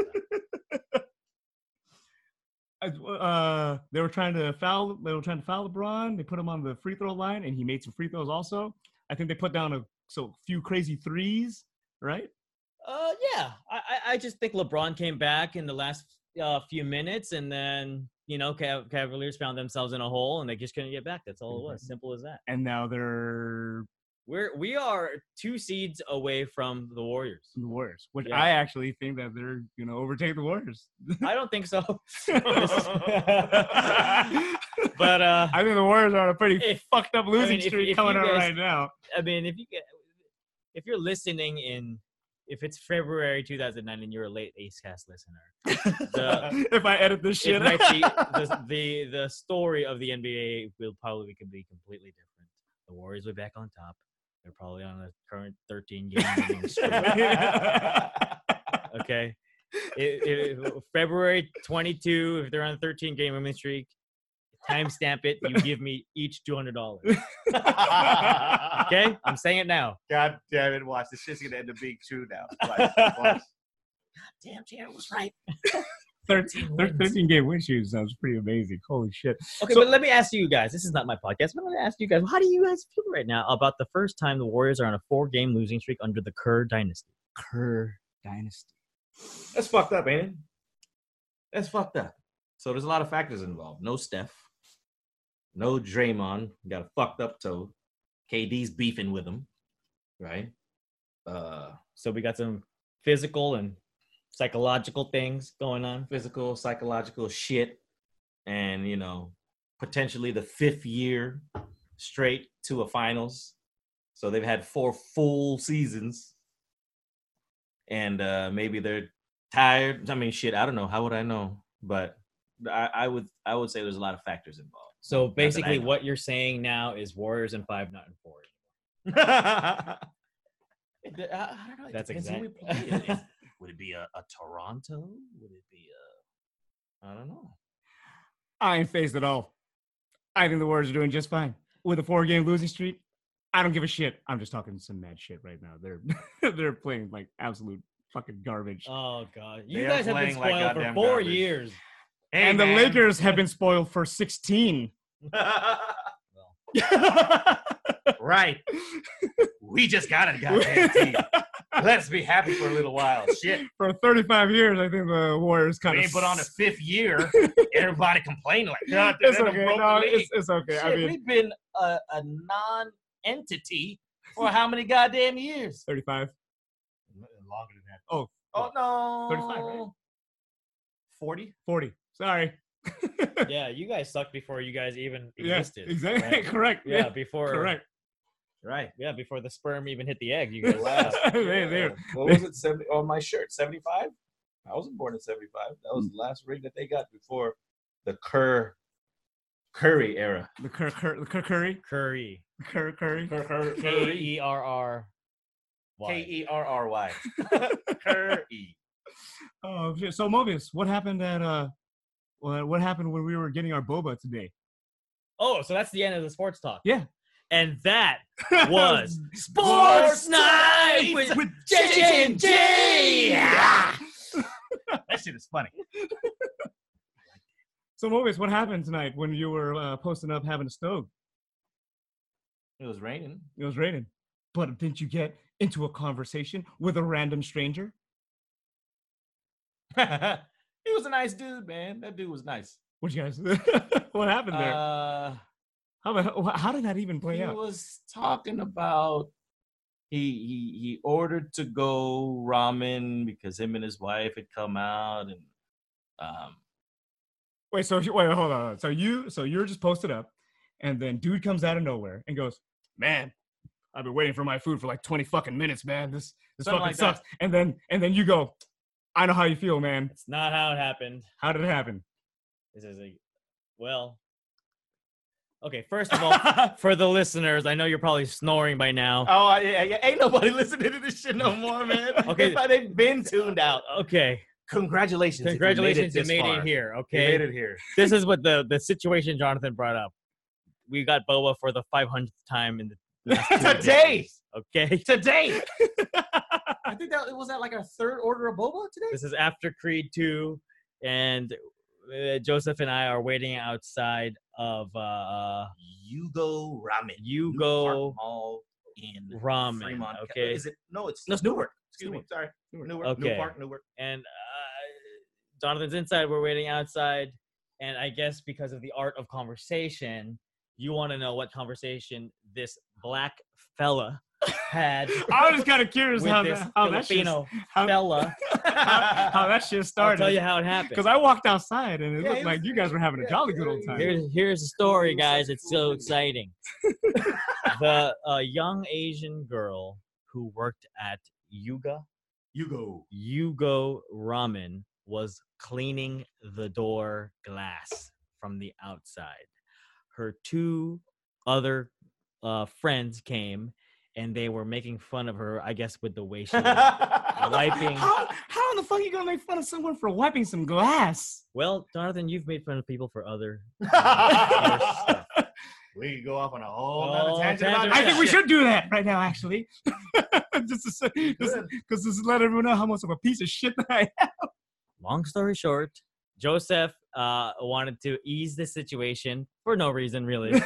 Uh, they were trying to foul. They were trying to foul LeBron. They put him on the free throw line, and he made some free throws. Also, I think they put down a so few crazy threes, right? Uh, yeah, I, I- I just think LeBron came back in the last uh, few minutes, and then you know Cav- Cavaliers found themselves in a hole, and they just couldn't get back. That's all it was. Simple as that. And now they're We're we are two seeds away from the Warriors. the Warriors, which Yeah. I actually think that they're going to overtake the Warriors. I don't think so, I but uh, think the Warriors are on a pretty if fucked up I losing mean, if- streak if coming you out guys- right now. I mean, if you get, if you're listening in, if it's February 2009 and you're a late AceCast listener, the, if I edit this it shit, might be, the, the the story of the NBA will probably could be completely different. The Warriors will be back on top. They're probably on a current 13 game winning streak. Okay. It, it, February 22, if they're on a 13 game winning streak, timestamp it. You give me each $200. Okay? I'm saying it now. God damn it, watch. This shit's gonna end up being true now. Watch, watch. Damn, Jared was right. 13, 13 game win streak sounds pretty amazing. Holy shit. Okay, So- but let me ask you guys. This is not my podcast, but let me ask you guys. How do you guys feel right now about the first time the Warriors are on a four-game losing streak under the Kerr dynasty? Kerr dynasty. That's fucked up, ain't it? That's fucked up. So there's a lot of factors involved. No Steph. No Draymond. Got a fucked up toe. KD's beefing with him, right? Uh, So we got some physical and psychological things going on. physical, psychological shit, and you know, potentially the fifth year straight to a finals. So they've had four full seasons, and uh, maybe they're tired. I mean, shit, I don't know. How would I know? But I, I would, I would say there's a lot of factors involved. So basically, know. what you're saying now is Warriors in five, not in four. It de- I, I don't know. It That's depends who we exact- play. It- it- Would it be a, a Toronto? Would it be a? I don't know. I ain't phased at all. I think the Warriors are doing just fine with a four-game losing streak. I don't give a shit. I'm just talking some mad shit right now. They're they're playing like absolute fucking garbage. Oh god, you They are guys have been playing like spoiled for goddamn four garbage. years. Hey, and the man. Lakers have been spoiled for 16. right. We just got a goddamn team. Let's be happy for a little while. Shit. for 35 years, I think the Warriors kind We of. ain't put on a fifth year. Everybody complaining like, God, It's they done okay. broke the No, league." it's, it's okay. Shit, I mean, we've been a, a non-entity for how many goddamn years? 35. Longer than that. Oh, Oh no. 35, right? 40? 40. Sorry. yeah, you guys sucked before you guys even Yeah, existed. exactly. right? Correct. Yeah, Yeah. before Correct. Right. Yeah, before the sperm even hit the egg, you guys laughed. They- they're- What was it? 70 on my shirt, 75? I wasn't born in 75. That was the last ring that they got before the Kerr Curry era. The Kerr, Kerr, the Kerr Curry. Curry, Kerr Curry. K E R R K Y. E R R Y. E Curry. Oh, shit. so Mobius, what happened at uh, what what happened when we were getting our boba today? Oh, so that's the end of the sports talk. Yeah. and that was Sports sports night with with JJ and J. That shit is funny. So Mobius, what happened tonight when you were uh, posting up having a stove? It was raining. It was raining, but didn't you get into a conversation with a random stranger? he was a nice dude, man. That dude was nice. What you guys? what happened there? Uh, how, how how did that Oh, even play he out? was talking about he he he ordered to go ramen because him and his wife had come out and um Wait, so wait, hold on. So you, so you're just posted up, and then dude comes out of nowhere and goes, "Man, I've been waiting for my food for like 20 fucking minutes, man. This this Something fucking like that. sucks." And then and then you go, "I know how you feel, man. It's not how it happened. How did it happen?" This is a well. Okay, first of all, for the listeners, I know you're probably snoring by now. Oh, I- I- I- ain't nobody listening to this shit no more, man. Okay. It's like they've been tuned out. Okay, Congratulations. if congratulations, you this made far. it here. You Okay, made it here. this is what the the situation Jonathan brought up. We got Boba for the 500th time in the last two Today. days, Okay, Today. I think that was that like our third order of boba today. this is after Creed 2, and uh, Joseph and I are waiting outside of uh, Yugo Ramen. Yugo Park Mall in Ramen, Fremont, Ca- okay. Is it? No, it's No, it's Newark. Excuse me. Sorry. Newark. Newark. Okay. New Park. Newark. and uh, Jonathan's inside. We're waiting outside, and I guess because of the art of conversation, you want to know what conversation this black fella had I was kind of curious with how this that, how that shit, Filipino oh, how, fella. how- how that shit I'll started. tell you how it happened. Because I walked outside and it Yeah, looked it like was- you guys were having a yeah, jolly good yeah, old yeah. time. Here's here's a story, Ooh, such guys. It's so cool. exciting. the uh, young Asian girl who worked at Yuga Yugo. Yugo Ramen was cleaning the door glass from the outside. Her two other uh, friends came and they were making fun of her, I guess, with the way she was. How the- Wiping. How, how in the fuck are you gonna make fun of someone for wiping some glass? well, Jonathan, you've made fun of people for other. we could go off on a whole Oh, nother tangent. about tangent. that I think we shit. should do that right now, actually. just to say, just Good. because this let everyone know how much of a piece of shit I am. Long story short, Joseph uh, wanted to ease the situation for no reason, really.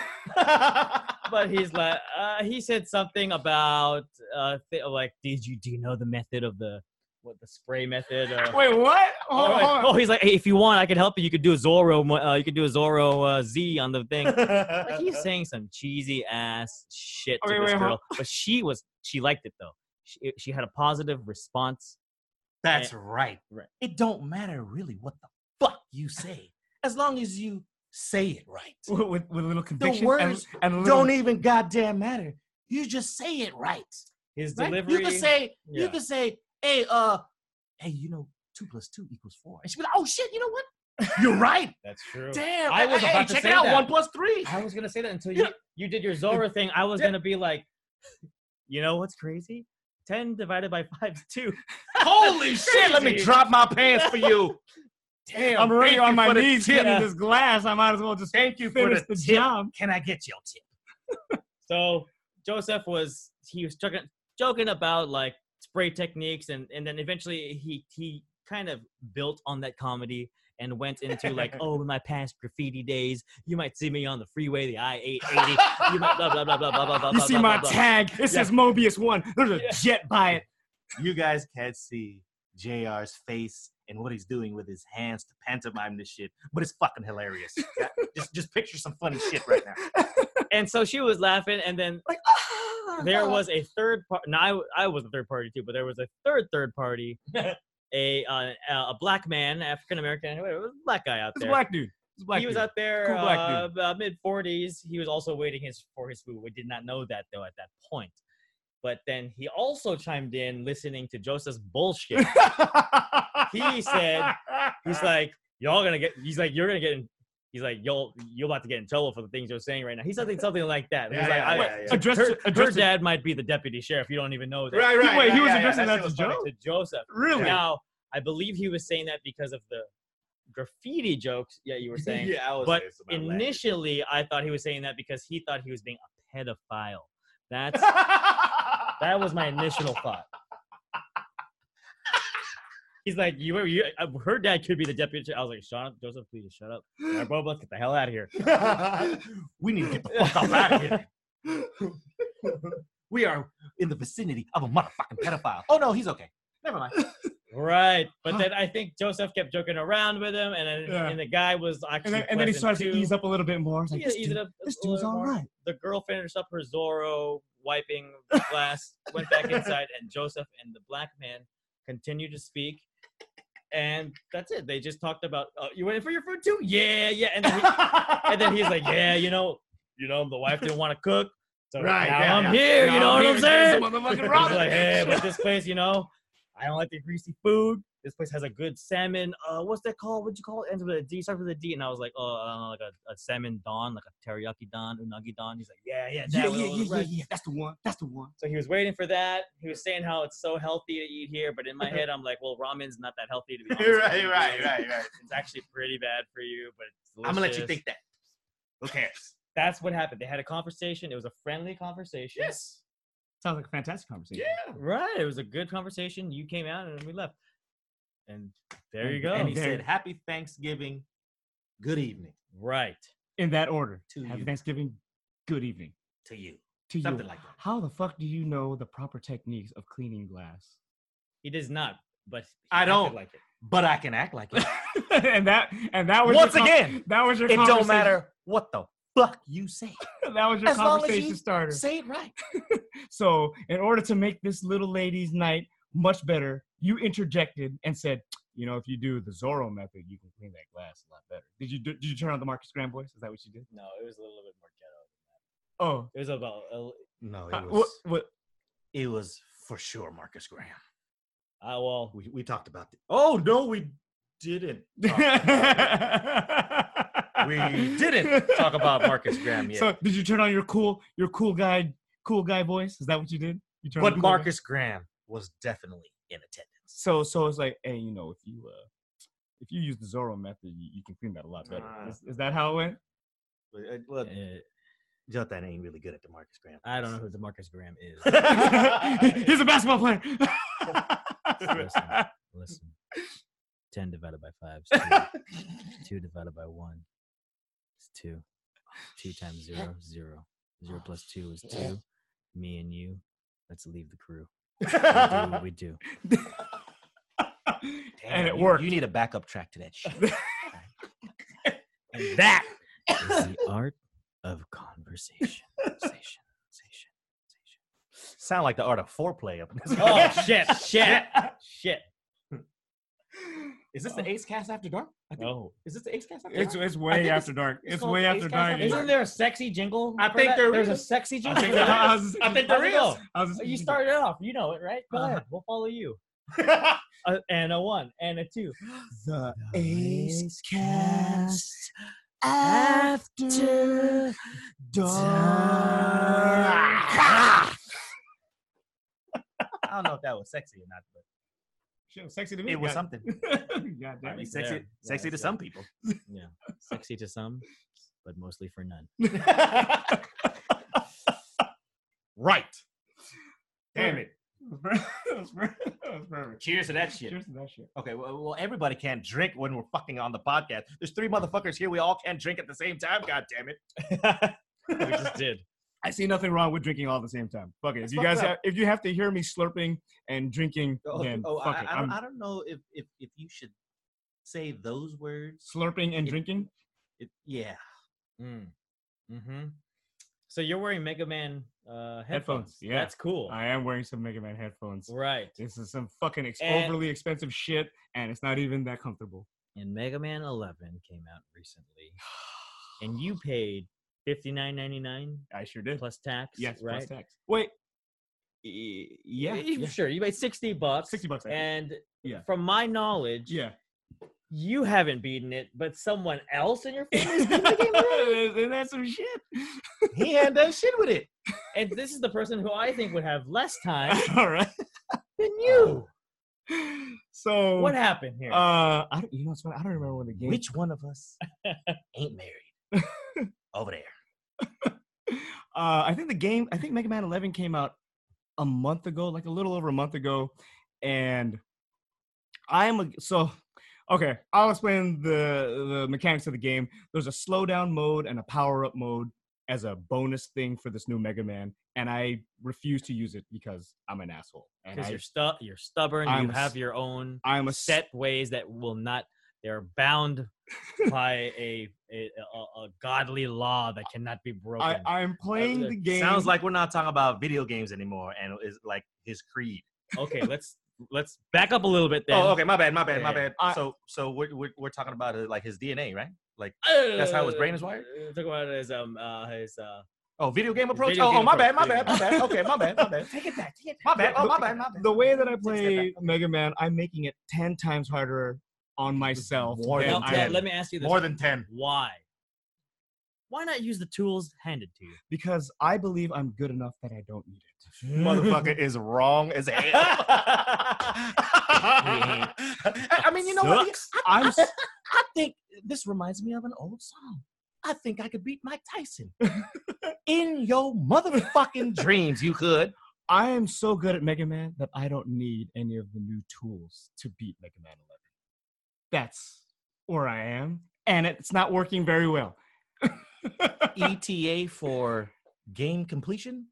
but he's like uh, he said something about uh, th- like did you do you know the method of the what what the spray method. Uh, Wait, what? Hold oh, on, like- hold on. oh, he's like, hey, if you want, I can help you. You could do a Zorro. mo- Uh, you could do a Zorro uh, Z on the thing. like, he's saying some cheesy ass shit to Okay, this wait, hold- girl, but she was she liked it though. She, she had a positive response. That's right. Right. It don't matter really what the fuck you say, as long as you say it right. With, with, with a little conviction words and, and a little, Don't even goddamn matter. You just say it right. His right? delivery. You can say, you yeah. can say, hey, uh, hey, you know, two plus two equals four. And she'd be like, oh shit, you know what? You're right. That's true. Damn. I was hey, about to check say it out. that. One plus three. I was gonna say that until Yeah. you you did your Zora thing. I was Yeah. gonna be like, you know what's crazy? Ten divided by five is two. Holy shit, let me Crazy. drop my pants for you. Damn. I'm already thank on you my for the knees tip. getting this glass. I might as well just Thank you for finish the, the, tip. job. Can I get your tip? So Joseph was he was joking, joking about like spray techniques, and and then eventually he he kind of built on that comedy and went into like, oh, in my past graffiti days, you might see me on the freeway, the I eight eighty. You might blah blah blah blah blah blah blah. You blah, see blah, my blah, blah. tag. It says Mobius One. There's a Yeah. jet by it. you guys can't see JR's face and what he's doing with his hands to pantomime this shit, but it's fucking hilarious. Yeah, just just picture some funny shit right now. And so she was laughing, and then Like there "Oh, was a third part. No, I, w- I was a third party too, but there was a third third party, a uh, a black man, African American, anyway, it was a black guy out It's a there. black dude. It's a black he was dude. out there, Cool black uh, mid forties. He was also waiting his for his food. We did not know that though at that point. But then he also chimed in, listening to Joseph's bullshit. He said- he's Uh-huh. like, y'all gonna get. He's like, you're gonna get. In, he's like, you'll you're about to get in trouble for the things you're saying right now. He said something- something like that. He's Yeah, like, yeah, I- yeah, yeah. her- Address her, to- address to- dad might be the deputy sheriff. You don't even know that. Right, right. Wait, he yeah, was yeah, addressing yeah, that shit to was funny. to Joseph. really? Now, I believe he was saying that because of the graffiti jokes. Yeah, you were saying. Yeah, I was But saying it's about laughing. Initially, I thought he was saying that because he thought he was being a pedophile. That's that was my initial thought. He's like, you were, you, uh, her dad could be the deputy. I was like, shut up, Joseph, please shut up. All right, bro, let's get the hell out of here. we need to get the fuck up out of here. we are in the vicinity of a motherfucking pedophile. Oh no, he's okay. Never mind. Right. But then I think Joseph kept joking around with him, and then, Yeah. and the guy was actually. and then, and then he pleasant starts to too. ease up a little bit more. It's like, Yeah, this, ease it dude, up a this dude's little all more. right. the girl finished up her Zorro wiping glass, went back inside, and Joseph and the black man continued to speak. And that's it. They just talked about, oh, you waiting for your food too? Yeah, yeah. And then, he, and then he's like, yeah, you know, you know, the wife didn't want to cook, so Right, now yeah, I'm yeah. here. Now you know I'm what here, here's I'm saying? the motherfucking He's ramen. like, hey, but this place, you know, I don't like the greasy food. This place has a good salmon. Uh, what's that called? What'd you call it? Ends with a D. Starts with a D. And I was like, oh, I don't know, like a, a salmon don, like a teriyaki don, unagi don. He's like, yeah, yeah, Yeah, that yeah, one, yeah, yeah, right. yeah. That's the one. That's the one. So he was waiting for that. He was saying how it's so healthy to eat here, but in my head, I'm like, well, ramen's not that healthy to be honest. with you. right. It's actually pretty bad for you, but it's I'm gonna let you delicious." think that. Who cares? that's what happened. They had a conversation. It was a friendly conversation. Yes. Sounds like a fantastic conversation. Right. It was a good conversation. You came out and we left. And there you And- go. And he There- said, "Happy Thanksgiving. Good evening right. In that order. To Happy you. Thanksgiving. Good evening. to you." To Something you. like that. How the fuck do you know the proper techniques of cleaning glass? He does not, but he I acted don't. like it. But I can act like it. and that and that was Once your con- again, that was your it don't conversation- matter what the fuck you say. that was your as long as conversation you starter. Say it right. So, in order to make this little lady's night much better, you interjected and said, "You know, if you do the Zorro method, you can clean that glass a lot better." Did you do, did you turn on the Marcus Graham voice? Is that what you did? No, it was a little bit more ghetto. Oh, It was about. Uh, No, uh, it what, was, what? it was for sure Marcus Graham. ah, well, We, we talked about it. Oh no, we didn't. talk about it. we didn't talk about Marcus Graham yet. So, did you turn on your cool your cool guy cool guy voice? Is that what you did? You turned on but the cool guy- Marcus Graham was definitely in attendance. So, so it's like, hey, you know, if you uh, if you use the Zorro method, you, you can clean that a lot better. Ah. Is, is that how it went? But, uh, Well, eh, Jonathan ain't really good at the Marcus Graham. I don't know who the Marcus Graham is. He's a basketball player. Listen, listen. 10 divided by 5 is 2. 2 divided by 1 is 2. 2 times 0, 0. 0 plus 2 is 2. Me and you, let's leave the crew. We do what we do. and it you, worked. You need a backup track to that shit. and that It's the art of conversation. Conversation. Conversation. sound like the art of foreplay up in this. Oh shit! Shit! Shit! Is this the Ace Cast After Dark? I think, Oh, Is this the Ace Cast After It's Dark? it's I think way it's- after dark. it's It's called way Ace after Cast dark. After Dark. isn't there a sexy jingle? I for think that? there there's is. a sexy I jingle. think for that- I that? was- I think How's there it is. go? I was- You started off. You know it, right? Go Uh-huh. ahead. We'll follow you. A- and a one and a two. The Ace Cast after I don't know if that was sexy or not, but Shit, was sexy to me. it was God- something. God I damn mean, it. sexy, Yeah, sexy yeah, to yeah. some people. Yeah, sexy to some, but mostly for none. right. Damn it. That was per- that was perfect. Cheers to that shit. Cheers to that shit. Okay, well, well, everybody can't drink when we're fucking on the podcast. There's three motherfuckers here. We all can't drink at the same time. God damn it. We just did. I see nothing wrong with drinking all at the same time. Fuck it. If That's you guys fucked up. have, if you have to hear me slurping and drinking, Oh, then oh, fuck I, it. I, I'm don't, I don't know if, if, if you should say those words. slurping and it- drinking. It, yeah. Mm. Mm-hmm. hmm So you're wearing Mega Man uh, headphones. Headphones, yeah. that's cool. I am wearing some Mega Man headphones. Right. This is some fucking ex- And- overly expensive shit, and it's not even that comfortable. And Mega Man 11 came out recently, and you paid 59.99 I sure did. plus tax. yes, right. E, plus tax. Wait. Y- Yeah. yeah. Sure, you paid 60 bucks. Sixty bucks. I think. And Yeah. from my knowledge, Yeah. you haven't beaten it, but someone else in your family. Isn't that some shit? He ain't done shit with it. and this is the person who I think would have less time All right. than Oh, you. So What happened here? Uh, I don't, you know, it's funny. I don't remember when the game. Which one of us ain't married? Over there. Uh, I think the game. I think Mega Man 11 came out a month ago, like a little over a month ago, and I'm a so. Okay, I'll explain the the mechanics of the game. There's a slowdown mode and a power up mode as a bonus thing for this new Mega Man, and I refuse to use it because I'm an asshole. And Because I, you're stu- you're stubborn. I'm you a have s- your own I'm a set. set ways that will not. They're bound by a a, a a godly law that cannot be broken. I, I'm playing the game. Sounds like we're not talking about video games anymore, and is like his creed. okay, let's let's back up a little bit. Then. oh, okay, my bad, my bad, my Yeah, yeah. bad. I- so, so we're, we're we're talking about uh, like his DNA, right? Like, okay. That's how his brain is wired? Talk about his um uh, his uh. oh, video game approach. Video oh, game oh, my approach, bad, my video bad, game. my bad. Okay, my bad, my bad. Take it back. Take it My bad. Oh, my the- bad, my bad. the way that I Take a step back. play Mega Man, I'm making it ten times harder on myself. More than Now, than I now, am, let me ask you this: More than ten. Why? Why not use the tools handed to you? because I believe I'm good enough that I don't need it. Motherfucker is wrong as hell. I I mean, you know what? I'm s- I think this reminds me of an old song. I think I could beat Mike Tyson. In your motherfucking dreams, you could. I am so good at Mega Man that I don't need any of the new tools to beat Mega Man 11. That's where I am, and it's not working very well. ETA E for game completion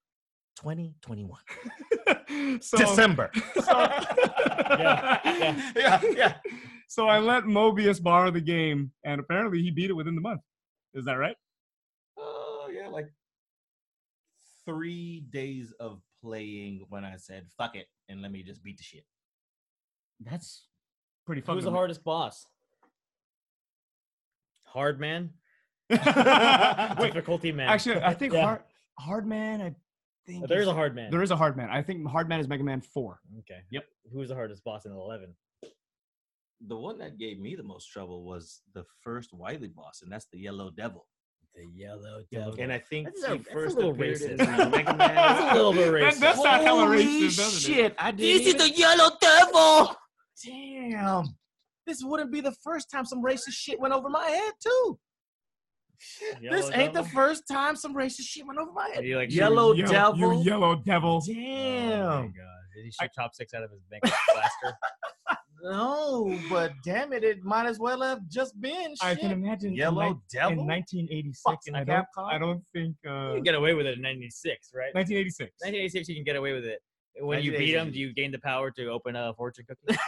2021. so, December. Yeah, yeah. yeah, yeah. so I let Mobius borrow the game, and apparently he beat it within the month. Is that right? Oh, yeah, like three days of playing when I said, fuck it, and let me just beat the shit. That's pretty Who's the hardest boss? Hard man. hard? Wait, difficulty man. actually, I think Yeah. hard, hard man. I think Oh, there is is- a hard man. There is a hard man. I think hard man is Mega Man Four. Okay. Yep. Who's the hardest boss in eleven? The one that gave me the most trouble was the first Wily boss, and that's the Yellow Devil. The yellow Devil. devil. And I think That's he a- that's a first little appeared in racist. the Mega Man. That's a little bit racist. that's not hella Holy racist, doesn't it? shit! I did. This is the Yellow Devil. Damn, this wouldn't be the first time some racist shit went over my head too. this Yellow ain't the Devil? first time some racist shit went over my Are head. you like Yellow You- Devil. You yellow devil. Damn. Oh my god! Did he shoot top six out of his bank blaster? no, but damn it, it might as well have just been I shit. can imagine. in Yellow nine- Devil. in 1986. Fucking I don't, Capcom. I don't think. You Uh, can get away with it in '96, right? 1986. 1986, you can get away with it. When 90 you days beat is them, do you gain the power to open a fortune cookie?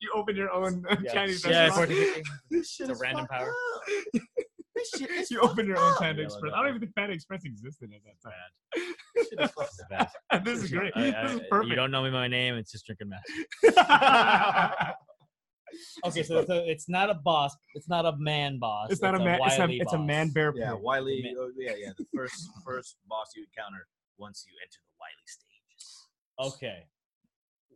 You open your own Yeah. Chinese Yeah, restaurant. fortune cookie. This shit It's a is random fucked power. up. This shit is You open your own Panda Yeah, Express. like I don't that. even think Panda Express existed at that this shit is fucked up. time. this is great. I- this I- is You perfect. don't know me by my name. It's just drinking master. Okay, so, so it's not a boss. It's not a man boss. it's not a man. It's a, wily it's a boss. man bear. Yeah, pig. Wiley. Man. oh, yeah, yeah. The first first boss you encounter once you enter the Wiley stages. Okay.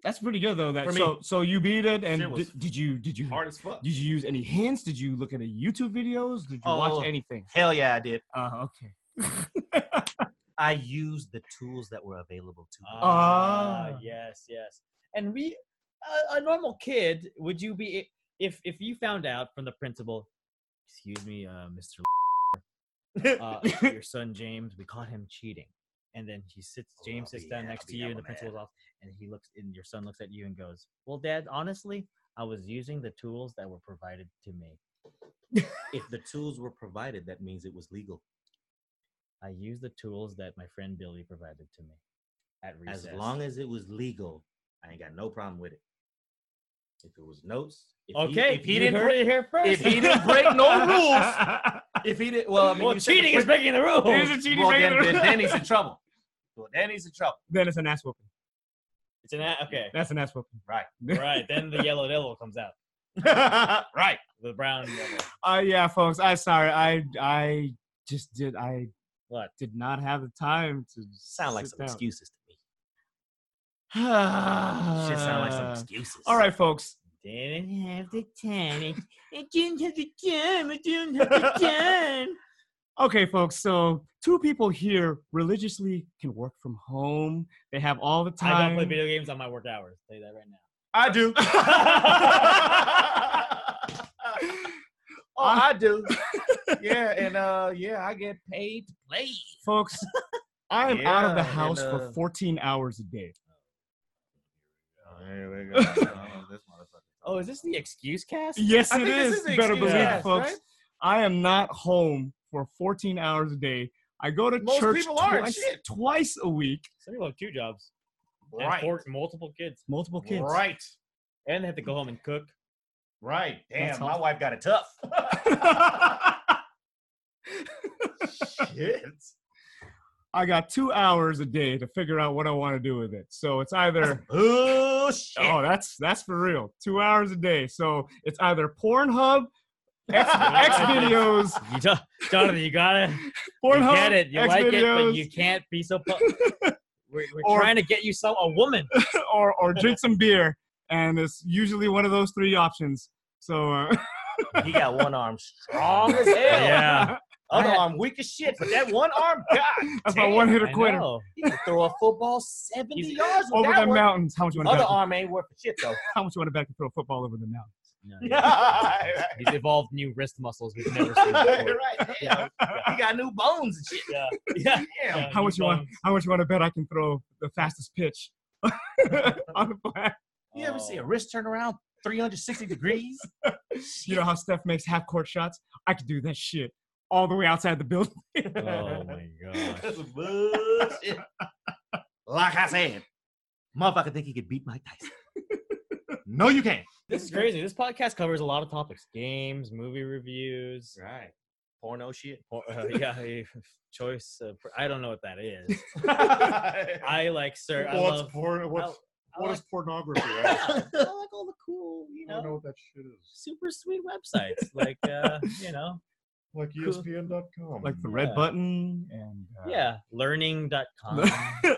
That's pretty good though. For That me. so so you beat it and Shit was did, did you did you Hard as fuck. did you use any hints? Did you look at any YouTube videos? Did you Oh. watch anything? Hell yeah, I did. Uh, okay. I used the tools that were available to me. Ah, Ah. yes, yes. And we, a a normal kid, would you be if if you found out from the principal? Excuse me, uh, Mr. uh, your son James, we caught him cheating. And then he sits, Oh, James I'll sits be- down I'll next to be you that in the one, man. principal's office, and he looks, and your son looks at you and goes, "Well, Dad, honestly, I was using the tools that were provided to me. If the tools were provided, that means it was legal. I used the tools that my friend Billy provided to me at recess. As long as it was legal, I ain't got no problem with it. If it was notes, if okay, he, if he you didn't heard break, it here first. if he didn't break no rules, if he did well, I mean, well, you said the cheating is prin- breaking the rules. It is a cheating well, breaking then, the then, rules. then he's in trouble. Well, then he's in trouble. then it's an ass whooping. It's an a- okay. That's an ass whooping. Right. right then the yellow devil comes out. right. The brown devil. Uh, yeah, folks. I sorry. I I just did. I What? did not have the time to Sound like sit some down. excuses to me. Shit Shit sound like some excuses. All right, folks. Didn't have the time. I didn't have the time. I didn't have the time. Okay, folks. So two people here religiously can work from home. They have all the time. I don't play video games on my work hours. Say that right now. I do. oh, I do. Yeah, and uh, yeah, I get paid to play. folks. I am out of Yeah, the and, house uh, for 14 hours a day. Here we go. Oh, this motherfucker. Oh, is this the excuse cast? Yes, it I think this is. is the You better excuse, believe yes, it, folks. right? I am not home for 14 hours a day. I go to Most church people aren't, twice, shit. twice a week. Some people have two jobs. And Right. four, multiple kids. Multiple kids. Right. And they have to go home and cook. Right. That's Damn, my awesome. wife got it tough. Shit. I got two hours a day to figure out what I want to do with it. So it's either Oh shit. oh, that's that's for real. Two hours a day. So it's either Pornhub, X, X videos, You do Jonathan, you gotta you Pornhub, get it. You X like it, videos, but you can't be so. Pu- we're we're Or- trying to get you some a woman. or or drink some beer, and it's usually one of those three options. So uh, He got one arm strong as hell. Other I- arm weak as shit, but that one arm, god. that's my damn. one hitter I quitter. know. He can throw a football 70 He's- yards with Over that the one. mountains. How much you want to Other bet? arm ain't worth a shit though. How much you want to bet to throw a football over the mountains? No, right, he's- right. He's evolved new wrist muscles we've never seen right, before. damn. He got new bones and shit. Yeah, yeah. Damn. yeah, How much new you want? bones. How much you want to bet I can throw the fastest pitch on the flat? You ever see a Oh. wrist turn around 360 degrees? You know how Steph makes half court shots? I could do that shit all the way outside the building. Oh my gosh. That's some bullshit. like I said, motherfucker think he could beat Mike Tyson. no, you can't. This is crazy. This podcast covers a lot of topics: games, movie reviews. Right. Porno shit. Or, uh, yeah, a choice. Of, I don't know what that is. I, I like, sir. I What's love. porn? I, What's I what like, is pornography? I I don't- like all the cool, you I don't know know, what that shit is. super sweet websites like, uh, you know, Like E Cool. ESPN.com. Like the and red Yeah. button and uh, yeah, learning.com.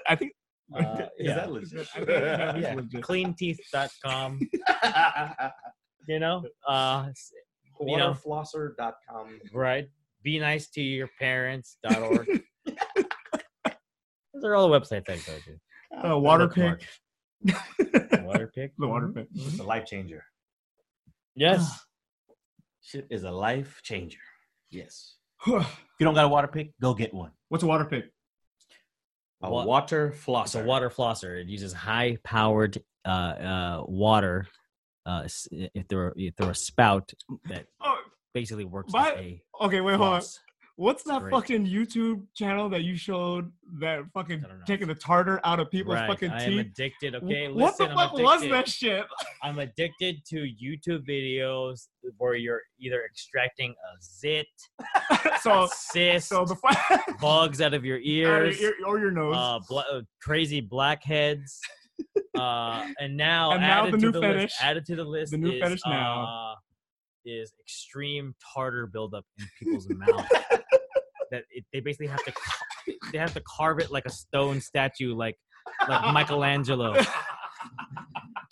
I think Uh, Is yeah. that legit? I think that is Yeah. legit. cleanteeth.com you know uh s- you know Waterflosser.com. right be nice to your parents.org those are all the websites i go to Uh, water pick. Bookmark. water pick The water pick. Mm-hmm. It's a life changer. yes Shit is a life changer. Yes. What's If you don't got a water pick, go get one. a water pick? A Wa- water it's a flosser. water flosser it uses high powered uh uh water uh s- if they're if they're a spout that Oh, basically works Why- as a okay. Wait, hold on. floss. What's that Great. fucking YouTube channel that you showed that fucking I don't know. taking the tartar out of people's Right, fucking I am teeth? addicted. Okay, what listen, the I'm fuck was addicted. that shit? I'm addicted to YouTube videos where you're either extracting a zit, a so, cyst, so the fu- bugs out of your Out ears, of your ear- or your nose. uh, bla- uh, crazy blackheads, uh, and now And now added the to new the fetish- list. Added to the list. the new is, fetish now. Uh, is extreme tartar buildup in people's mouth. That it, they basically have to, ca- they have to carve it like a stone statue, like like Michelangelo.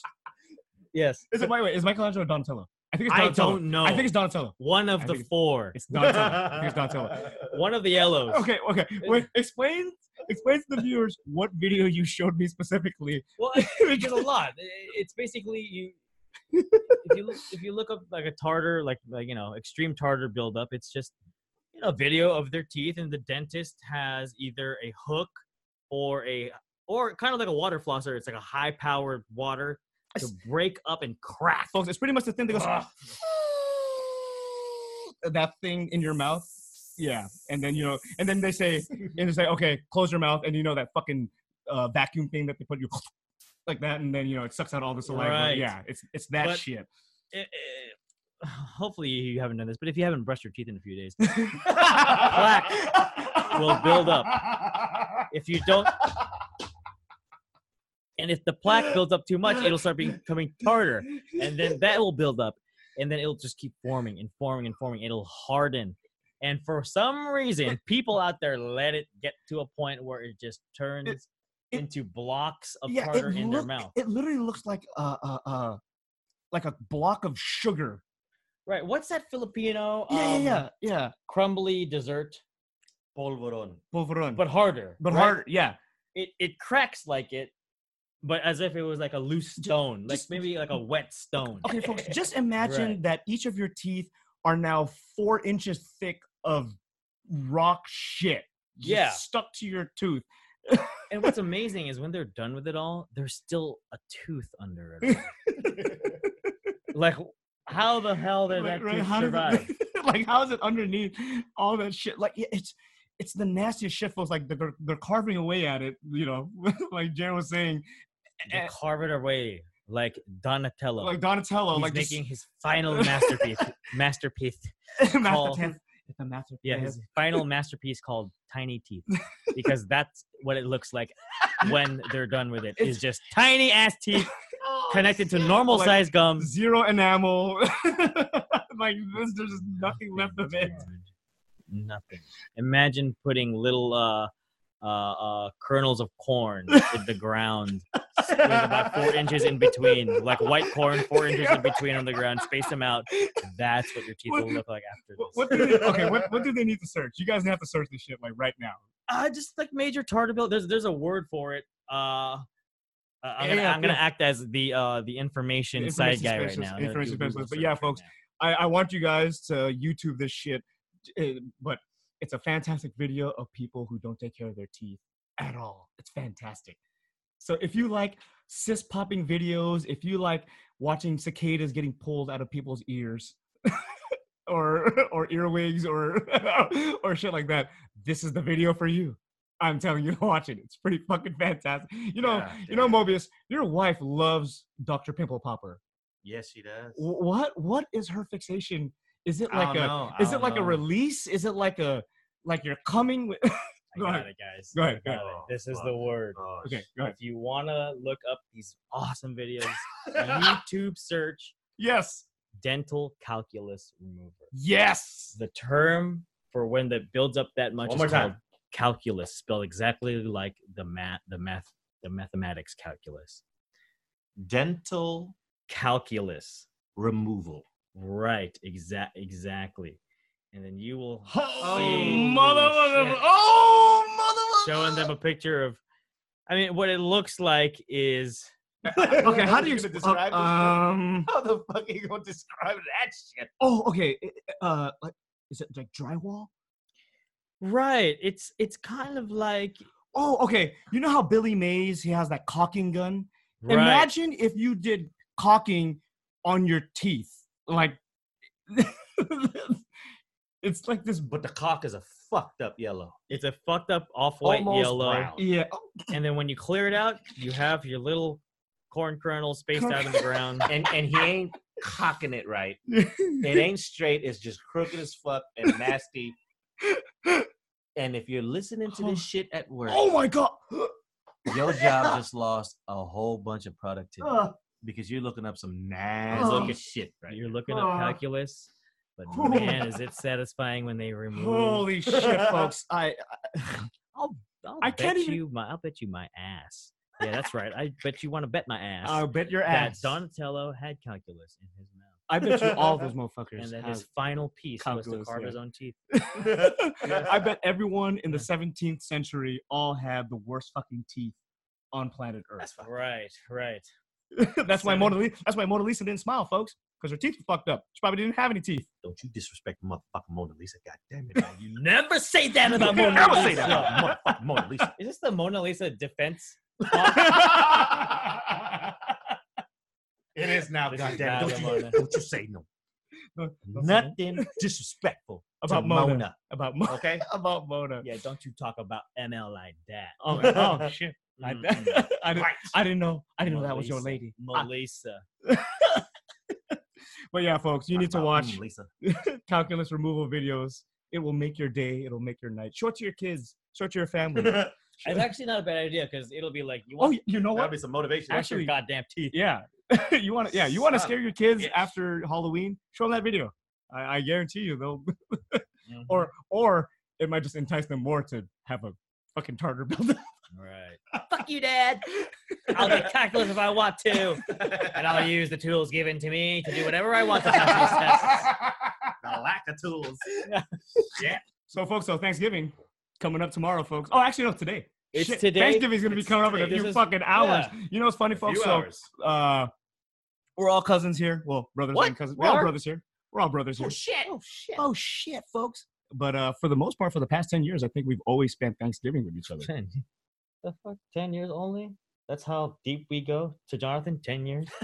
Yes, is it by the way? Is Michelangelo or Donatello? I think it's I Donatello. don't know. I think it's Donatello. one of I the think- four. It's Donatello. I think it's Donatello. One of the yellows. Okay, okay. Wait, explain explain to the viewers what video you showed me specifically. Well, there's a lot. It's basically you. If you if you look up like a tartar, like like you know, extreme tartar buildup, it's just you know, video of their teeth, and the dentist has either a hook or a or kind of like a water flosser. It's like a high powered water to break up and crack. Folks, it's pretty much the thing that goes that thing in your mouth. Yeah. And then you know and then they say and they say, okay, close your mouth and you know that fucking uh, vacuum thing that they put you like that and then you know it sucks out all the saliva. Right. Yeah, it's it's that But- shit. Eh, eh, Hopefully you haven't done this, but if you haven't brushed your teeth in a few days, plaque will build up. If you don't, and if the plaque builds up too much, it'll start becoming tartar, and then that will build up, and then it'll just keep forming and forming and forming. It'll harden, and for some reason, people out there let it get to a point where it just turns it- into blocks of yeah, tartar it, in look, their mouth. it literally looks like uh uh uh like a block of sugar. Right? What's that Filipino? Yeah, um, yeah, yeah, yeah. Crumbly dessert, Polvoron. Polvoron. but harder. but right? hard, yeah. It it cracks like it, but as if it was like a loose stone, like just- maybe like a wet stone. Okay, folks, just imagine Right. that each of your teeth are now four inches thick of rock shit. just Yeah. Stuck to your tooth. And what's amazing is when they're done with it all, there's still a tooth under it. all. like, how the hell did Like, that right, tooth how does survive? it- like, how is it underneath all that shit? Like, yeah, it's it's the nastiest shit, folks. Like, they're, they're carving away at it, you know, like Jared was saying, They eh. carve it away like Donatello. like Donatello, He's like just- making his final masterpiece. masterpiece. call- masterpiece. It's a masterpiece. Yeah, his final masterpiece called Tiny Teeth, because that's what it looks like when they're done with it. Is just tiny ass teeth connected to normal Like, size gums. zero enamel. like this, there's just nothing left of it. dude. Nothing. Imagine putting little uh, uh, uh, kernels of corn in the ground with about four inches in between, like white corn, four inches in between on the ground. Space them out. That's what your teeth will look like after What, this. what do they, okay, what, what do they need to search? You guys have to search this shit like right now. Uh, just like major tartar build. There's there's a word for it. Uh, uh, I'm, gonna, Yeah, I'm gonna yeah. act as the uh, the information, The side information guy right specialist- now. I'm gonna information do Google specialist. But search yeah, right folks, now. I, I want you guys to YouTube this shit, eh, but it's a fantastic video of people who don't take care of their teeth at all. It's fantastic. So if you like cyst popping videos, if you like watching cicadas getting pulled out of people's ears, or or earwigs, or or shit like that, this is the video for you. I'm telling you to watch it. It's pretty fucking fantastic. You know, Yeah, you know, Mobius, your wife loves Dr. Pimple Popper. Yes, she does. Wh- What what is her fixation? Is it like a is it like a release? Is it like a like you're coming with I Go got ahead. it, guys. Go ahead, I go got ahead. it. This is Fuck. the word. Okay, go ahead. If you wanna look up these awesome videos, YouTube search Yes. dental calculus remover. Yes. The term for when that builds up that much One is more called time. calculus, spelled exactly like the math, the math, the mathematics calculus. Dental Calculus, removal. right? Exact, exactly. And then you will Oh, Holy mother shit. Oh, mother showing them a picture of. I mean, what it looks like is Okay, how do you You're exp- uh, gonna describe this shit? um How the fuck are you gonna describe that shit? Oh, okay. i- i- Uh like is it like drywall? right. It's it's kind of like Oh, okay. You know how Billy Mays he has that caulking gun? right. Imagine if you did caulking on your teeth. Like It's like this. But the cock is a fucked up yellow. It's a fucked up off white Almost yellow. brown. Yeah. And then when you clear it out, you have your little corn kernels spaced out in the ground. And and he ain't cocking it right. It ain't straight. It's just crooked as fuck and nasty. And if you're listening to this shit at work, Oh my god. your job just lost a whole bunch of productivity Uh, because you're looking up some Oh. nasty Look at- shit right You're looking at Ah. calculus, but man, is it satisfying when they remove. holy shit, folks! I, I I'll, I'll I bet can't even- you my I'll bet you my ass. Yeah, that's right. I bet you want to bet my ass I'll bet your that ass. Donatello had calculus in his mouth, I bet you all those motherfuckers. and that have- his final piece was to calculus, carve yeah. his own teeth. I bet everyone in the Yeah. 17th century all had the worst fucking teeth on planet Earth. Right, right. that's why Mona Lisa. That's why Mona Lisa didn't smile, folks, because her teeth were fucked up. She probably didn't have any teeth. Don't you disrespect motherfucking Mona Lisa? God damn it! man. You Never say that about never Mona Lisa. say that about motherfucking Mona Lisa. Is this the Mona Lisa defense? It is now. This God is damn it! not Don't a you, Mona. don't you say no. No, don't say Nothing disrespectful About to Mona. Mona. About Mona. Okay. About Mona. Yeah, don't you talk about ML like that. Mm-hmm. Oh, oh shit! I, Mm-mm. I, didn't, Right. I didn't know. I didn't know that was your Mona Lisa. lady. Mona Lisa. But yeah, folks, you need to About watch mm. Mona Lisa. calculus removal videos. It will make your day. It'll make your night. Show it to your kids. Show it to your family. It's actually not a bad idea because it'll be like you oh, want y- you know That'd what? be some motivation. brush your actually- goddamn teeth. Yeah, you want to. Yeah, you want to Son scare your kids bitch. after Halloween? Show them that video. I, I guarantee you they'll. Or or it might just entice them more to have a fucking tartar build. Right. Fuck you, Dad. I'll get calculus if I want to, and I'll use the tools given to me to do whatever I want to pass these tests. the lack of tools. so, folks, so Thanksgiving coming up tomorrow, folks. Oh, actually, no, today. It's Shit, today. Thanksgiving's gonna be It's coming up in today. a few This is- fucking hours. You know what's funny, folks? Few So, hours. uh, we're all cousins here. Well, brothers What? and cousins. We We're all are? brothers here. We're all brothers here. shit! Oh shit! Oh shit, folks. But uh, for the most part, for the past ten years, I think we've always spent Thanksgiving with each other. Ten. The fuck? Ten years only? That's how deep we go to Jonathan. Ten years.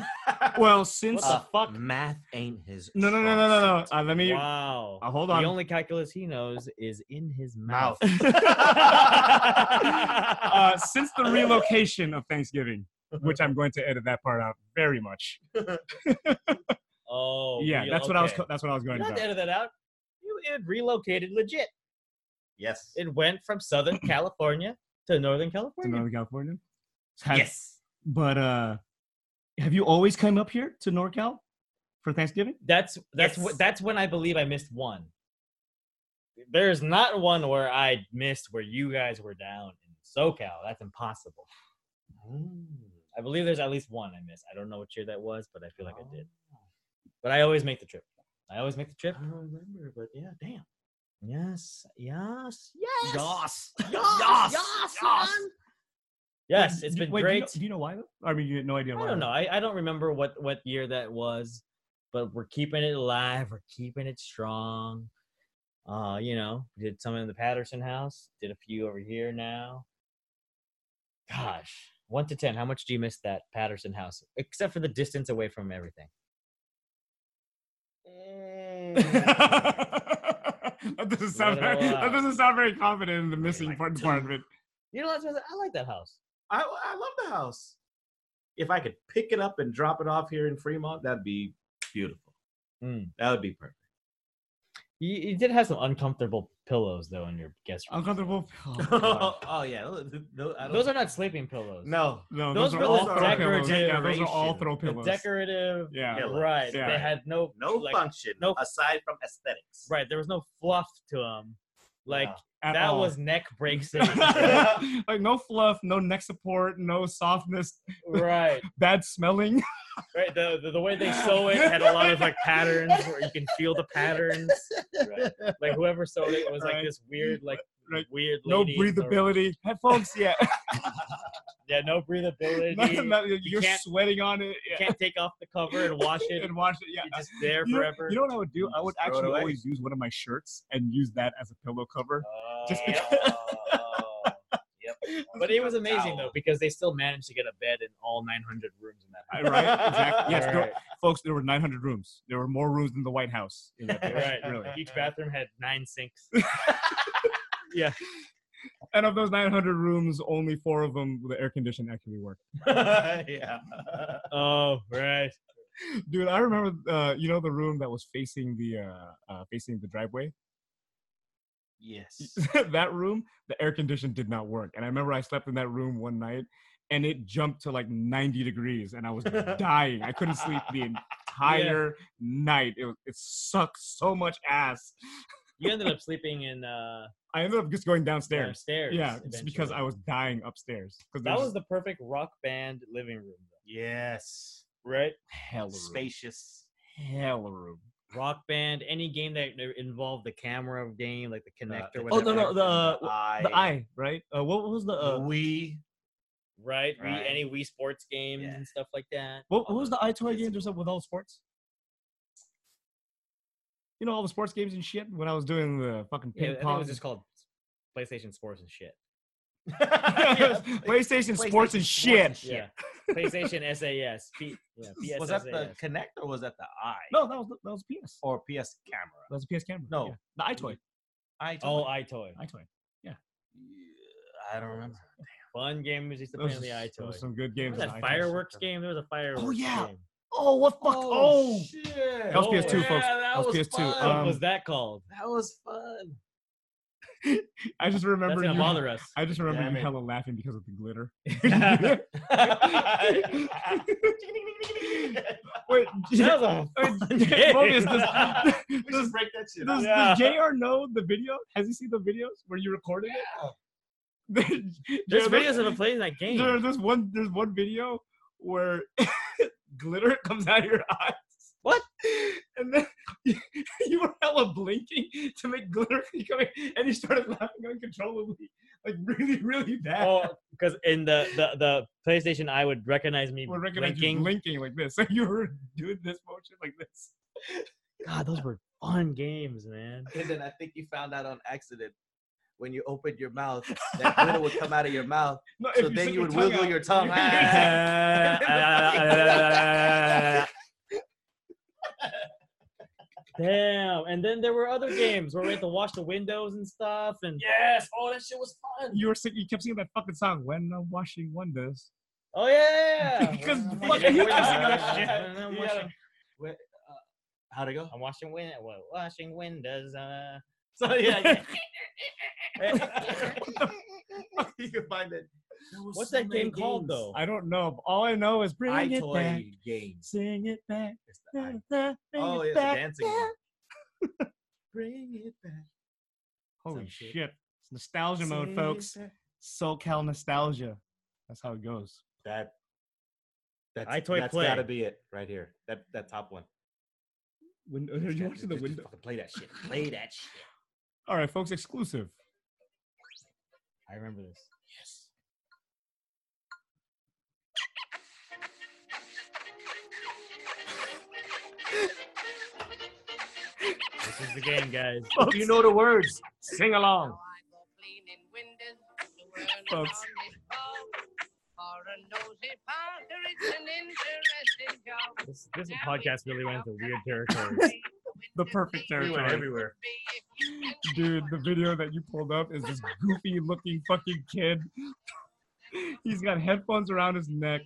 Uh, Well, since the fuck? Math ain't his. no, no, no, no, no, no. Uh, let me. wow. Uh, hold on. The only calculus he knows is in his mouth. Mouth. uh, since the relocation of Thanksgiving, which I'm going to edit that part out very much. Oh. yeah, real- that's what I was. okay. co- That's what I was You going don't have to about. edit that out. You it relocated legit. Yes. It went from Southern California to Northern To California. Northern California. Have- yes. But uh, have you always come up here to NorCal for Thanksgiving? That's that's Yes. what that's when I believe I missed one. There's not one where I missed where you guys were down in SoCal. That's impossible. Mm. I believe there's at least one I missed. I don't know what year that was, but I feel like I did. Oh. But I always make the trip. I always make the trip. I don't remember, but yeah, damn. Yes, yes, yes, Yas. yes, Yas. yes, Yas. man. Yes, it's Do- been wait, great. Do you, know, do you know why? I mean, you had no idea why. I don't know. I, I don't remember what what year that was, but we're keeping it alive. We're keeping it strong. Uh, you know, we did some in the Patterson house. Did a few over here now. Gosh, one to ten. How much do you miss that Patterson house? Except for the distance away from everything. Mm. that doesn't sound. Let it all That out. doesn't sound very confident in the missing like part, two. part of it. You know, that's what I I like that house. I, I love the house. If I could pick it up and drop it off here in Fremont, that'd be beautiful. Mm. That would be perfect. You, you did have some uncomfortable pillows though in your guest room. Uncomfortable. Oh, God. oh, yeah, those, those, I don't- Those are not sleeping pillows. no. No, Those those, were are all throw the pillows. decorative Yeah, those are all decoration. throw The pillows. decorative. yeah. Yeah. Right. Yeah. They had no No like, function no- aside from aesthetics. Right. There was no fluff to them. Like Yeah. at that all. was neck break city. like no fluff, no neck support, no softness, right. bad smelling. Right. The, the the way they sew it had a lot of like patterns where you can feel the patterns. Right. Like whoever sewed it was like Right. this weird like Right. weird No lady in the- breathability. Headphones, yeah. Yeah, no breathability. Nothing- you nothing- you're can't- sweating on it. Yeah. can't take off the cover and wash it. and watch it. Yeah. You're just there You know, forever. you know what I would do? I would Just throw it actually away. always use one of my shirts and use that as a pillow cover. Just Oh, because- oh, yep. But it was amazing though because they still managed to get a bed in all 900 rooms in that house. right? Exactly. Yes, there- folks. There were 900 rooms. There were more rooms than the White House. In that place, Right. Really. Each bathroom had nine sinks. And of those 900 rooms, only four of them the air conditioning actually worked. yeah. Oh, right. Dude, I remember. Uh, you know the room that was facing the uh, uh, facing the driveway. Yes. that room, the air condition did not work. And I remember I slept in that room one night and it jumped to like 90 degrees and I was dying. I couldn't sleep the entire night. It, was- it sucked so much ass. You ended up sleeping in uh, I ended up just going downstairs. downstairs. yeah, just because eventually. I was dying upstairs. 'cause That there's was the perfect rock band living room, Yes. though, right? hell room. Spacious. Hell room. Rock band, any game that involved the camera game, like the connector. the with Oh, no, no, back- the- eye. The eye, right? Uh, what was the uh, we. right? We, Right. any Wii Sports games Yeah. and stuff like that. What, what was the iToy kids games or something with all the sports? You know all the sports games and shit. When I was doing the fucking Yeah, I ping think it pong, was just called PlayStation Sports and shit. Yeah. PlayStation, PlayStation sports and Sports shit. and shit. Yeah, PlayStation SAS. P- yeah, PSSAS. Was that the connect or was that the eye? No, that was the- that was PS. Oh. Or PS camera? That was a PS camera. No. yeah. the iToy, I Oh, iToy. iToy. Yeah, I don't remember. Fun game was just to play Those on the are s- those are iToy. some good Remember games. on that iToy. fireworks game? There was a fireworks yeah. game. Oh, what fuck? Oh, shit. that was PS2, Oh, yeah, folks. that That was, was PS2. fun. What Um, was that called? That was fun. I just remember That's gonna you. bother us. I just remember Damn you it. hella laughing because of the glitter. Wait, That was a fun game. Mobius, does, we should break that shit. Does, up. Yeah. does JR know the video? Has he seen the videos where you recorded it? There's there- videos of him playing that game. there- there's one there's one video where glitter comes out of your eyes. What? And then you were hella blinking to make glitter keep coming and you started laughing uncontrollably. Like really, really bad. Oh, because in the, the the PlayStation, I would recognize me we recognizing blinking. blinking. blinking like this. So you were doing this motion like this. God, those were fun games, man. And then I think you found out on accident when you opened your mouth that glitter would come out of your mouth. No, So if then stick you would tongue wiggle out, your tongue. Ah. you- Damn. And then there were other games where we had to wash the windows and stuff. And yes, oh that shit was fun. you were sing- you kept singing that fucking song when I'm washing windows. Oh yeah. Because I'm fucking washing he windows. kept singing that shit. I'm washing- How'd it go? I'm washing win- wa- washing windows. Uh. So yeah. yeah. you can find it. There was What's so that many game called games. though? I don't know. but All I know is bring it back, iToy games. sing it back. It's the da, i- da, bring Oh, it yeah, the back, dancing da. one. Bring it back. Holy Some shit. shit! It's nostalgia Say mode, folks. that- SoCal nostalgia. That's how it goes. That. That's, iToy that's Play. gotta be it right here. That that top one. When are Just- you watching the just- just window? fucking Play that shit. Play that shit. All right, folks. Exclusive. I remember this. Yes. This is the game, guys. If you know the words, sing along. Folks. This, this podcast really went into weird territory. The perfect We went territory, everywhere. dude. The video that you pulled up is this goofy-looking fucking kid. He's got headphones around his neck.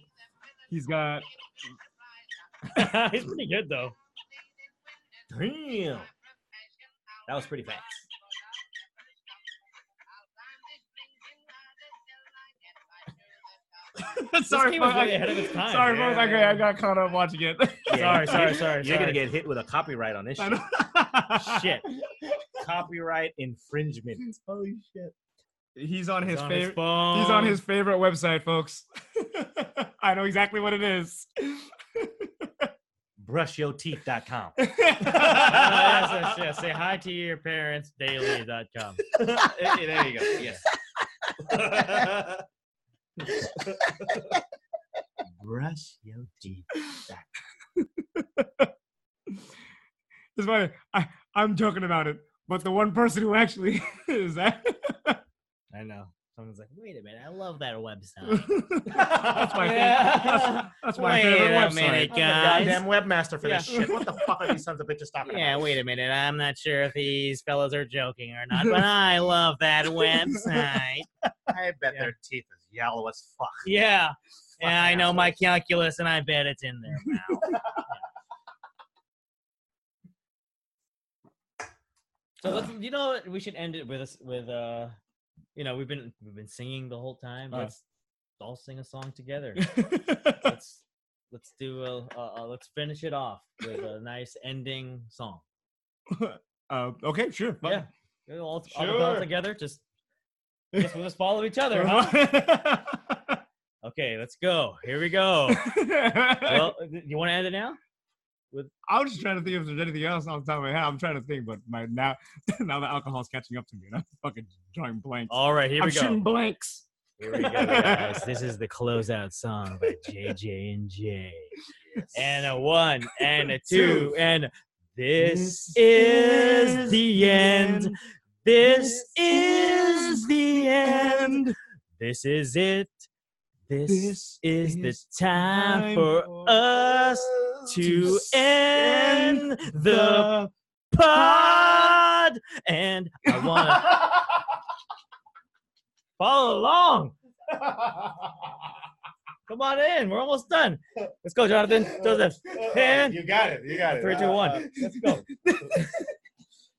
He's got He's pretty good though. Damn. That was pretty fast. sorry, game was folks, I- really ahead of its time. Sorry, folks. I, got- I Yeah. got caught up watching it. You're- Sorry, sorry, sorry, You're sorry. gonna get hit with a copyright on this I shit. don't- Shit. Copyright infringement. Holy shit. He's on his He's on his favorite. phone. He's on his favorite website, folks. I know exactly what it is. Brushyourteeth.com. Ah, yes, yes, yes. Say hi to your parents daily.com. there you go. Yes. Brush your teeth. It's funny. I, I'm joking about it, but the one person who actually is that I know. Some and was like, wait a minute, I love that website. that's my Yeah. favorite. That's, that's my Wait favorite a website. minute, I'm the guys. goddamn webmaster for this Yeah. shit. What the fuck are these sons of bitches talking yeah, about? wait a minute, I'm not sure if these fellows are joking or not, but I love that website. I bet their teeth is yellow as fuck. Yeah. Yeah, I know my Mike. calculus, and I bet it's in there now. so let's, you know, what? we should end it with us with uh, you know, we've been we've been singing the whole time. Uh. Let's all sing a song together. let's let's do a, a, a let's finish it off with a nice ending song. uh, okay, sure. fuck Yeah, You know, all, all the girls Sure. together. Just guess we'll just follow each other, huh? it. Okay, let's go. Here we go. Well, you want to end it now? I was just trying to think if there's anything else off the top of my head. I'm trying to think, but my now now the alcohol's catching up to me, and I'm fucking drawing blanks. All right, Oh, here I'm we go. shooting blanks. Here we go, guys. This is the closeout song by JJ and J. And uh, a one, and a two, and this is the end. This is the end. This is it. This is the time for us to end the pod. And I want to follow along. Come on in. We're almost done. Let's go, Jonathan. Joseph. And You got it. You got it. Uh, three, two, one. Let's go.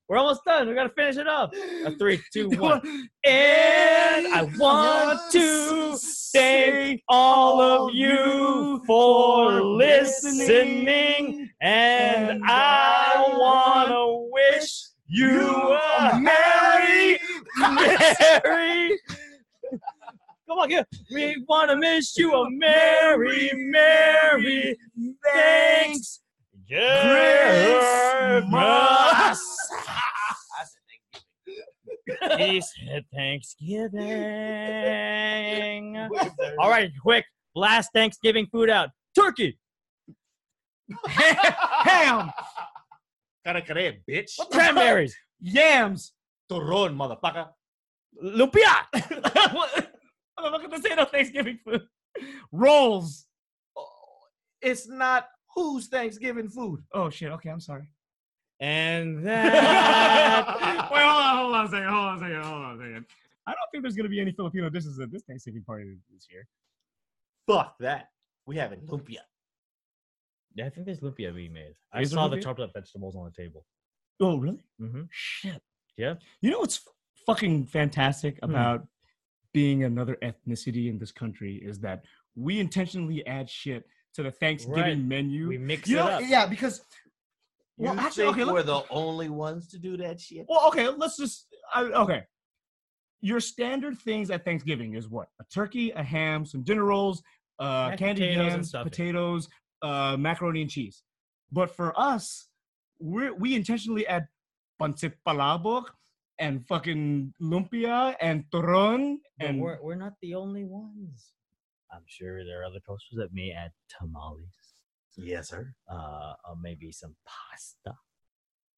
We're almost done. We gotta finish it up. A three, two, one. And I want to thank all of you for listening. And I wanna wish you a merry, merry. Come on, here. We wanna miss you a merry, merry. Thanks. Christmas. he said Thanksgiving. All right, quick, blast Thanksgiving food out. Turkey, Ham, Caracaray, bitch. cranberries, yams. Turon, motherfucker. lumpia. I'm not gonna say no Thanksgiving food. Rolls. It's not whose Thanksgiving food. Oh shit. Okay, I'm sorry. And Wait, that. hold on, hold on a second. Hold on a second. Hold on a second. I don't think there's gonna be any Filipino dishes at this Thanksgiving party this year. Fuck that. We have it lumpia. I think there's lumpia being made. I Is there saw the lumpia? chopped up vegetables on the table. Oh really? Mm-hmm. Shit. Yeah. Hmm. You know what's fucking fantastic about being another ethnicity in this country is that we intentionally add shit to the Thanksgiving Right. menu. We mix you it know, up. yeah, because well, you actually, think okay, we're let, the only ones to do that shit? well, okay, let's just I, okay. Your standard things at Thanksgiving is what? A turkey, a ham, some dinner rolls, uh, Mashed candy potatoes and yams, stuffing. potatoes, uh, macaroni and cheese. But for us, we we intentionally add pancit palabok and fucking lumpia and turon But and we're, we're not the only ones. I'm sure there are other cultures that may add tamales, Yes, sir. uh, or maybe some pasta.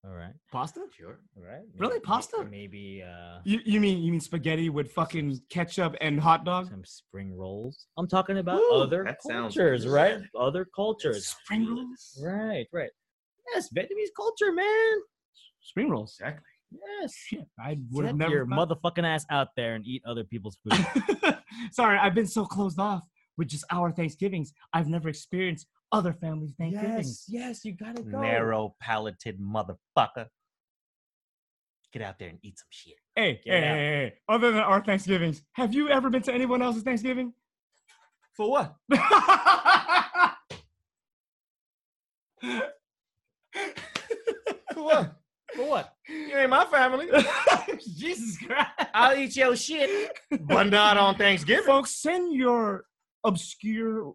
All right, pasta. Sure. all right. Maybe, Really? may- Pasta? Maybe uh, You, you mean you mean spaghetti with fucking ketchup and hot dog? some spring rolls. I'm talking about Ooh, other that sounds cultures, good. right? Other cultures. Spring rolls. Right, right. Yes, Vietnamese culture, man. Spring rolls. Exactly. Yes. Shit, I would Get have never. your thought- motherfucking ass out there and eat other people's food. Sorry, I've been so closed off with just our Thanksgivings. I've never experienced other families' Thanksgivings. yes, you gotta Narrow palated motherfucker. Get out there and eat some shit. Hey, Get hey, hey, out. hey, hey, other than our Thanksgivings, have you ever been to anyone else's Thanksgiving? For what? For what? For what? You ain't my family. Jesus Christ. I'll eat your shit, but not on Thanksgiving. Folks, send your obscure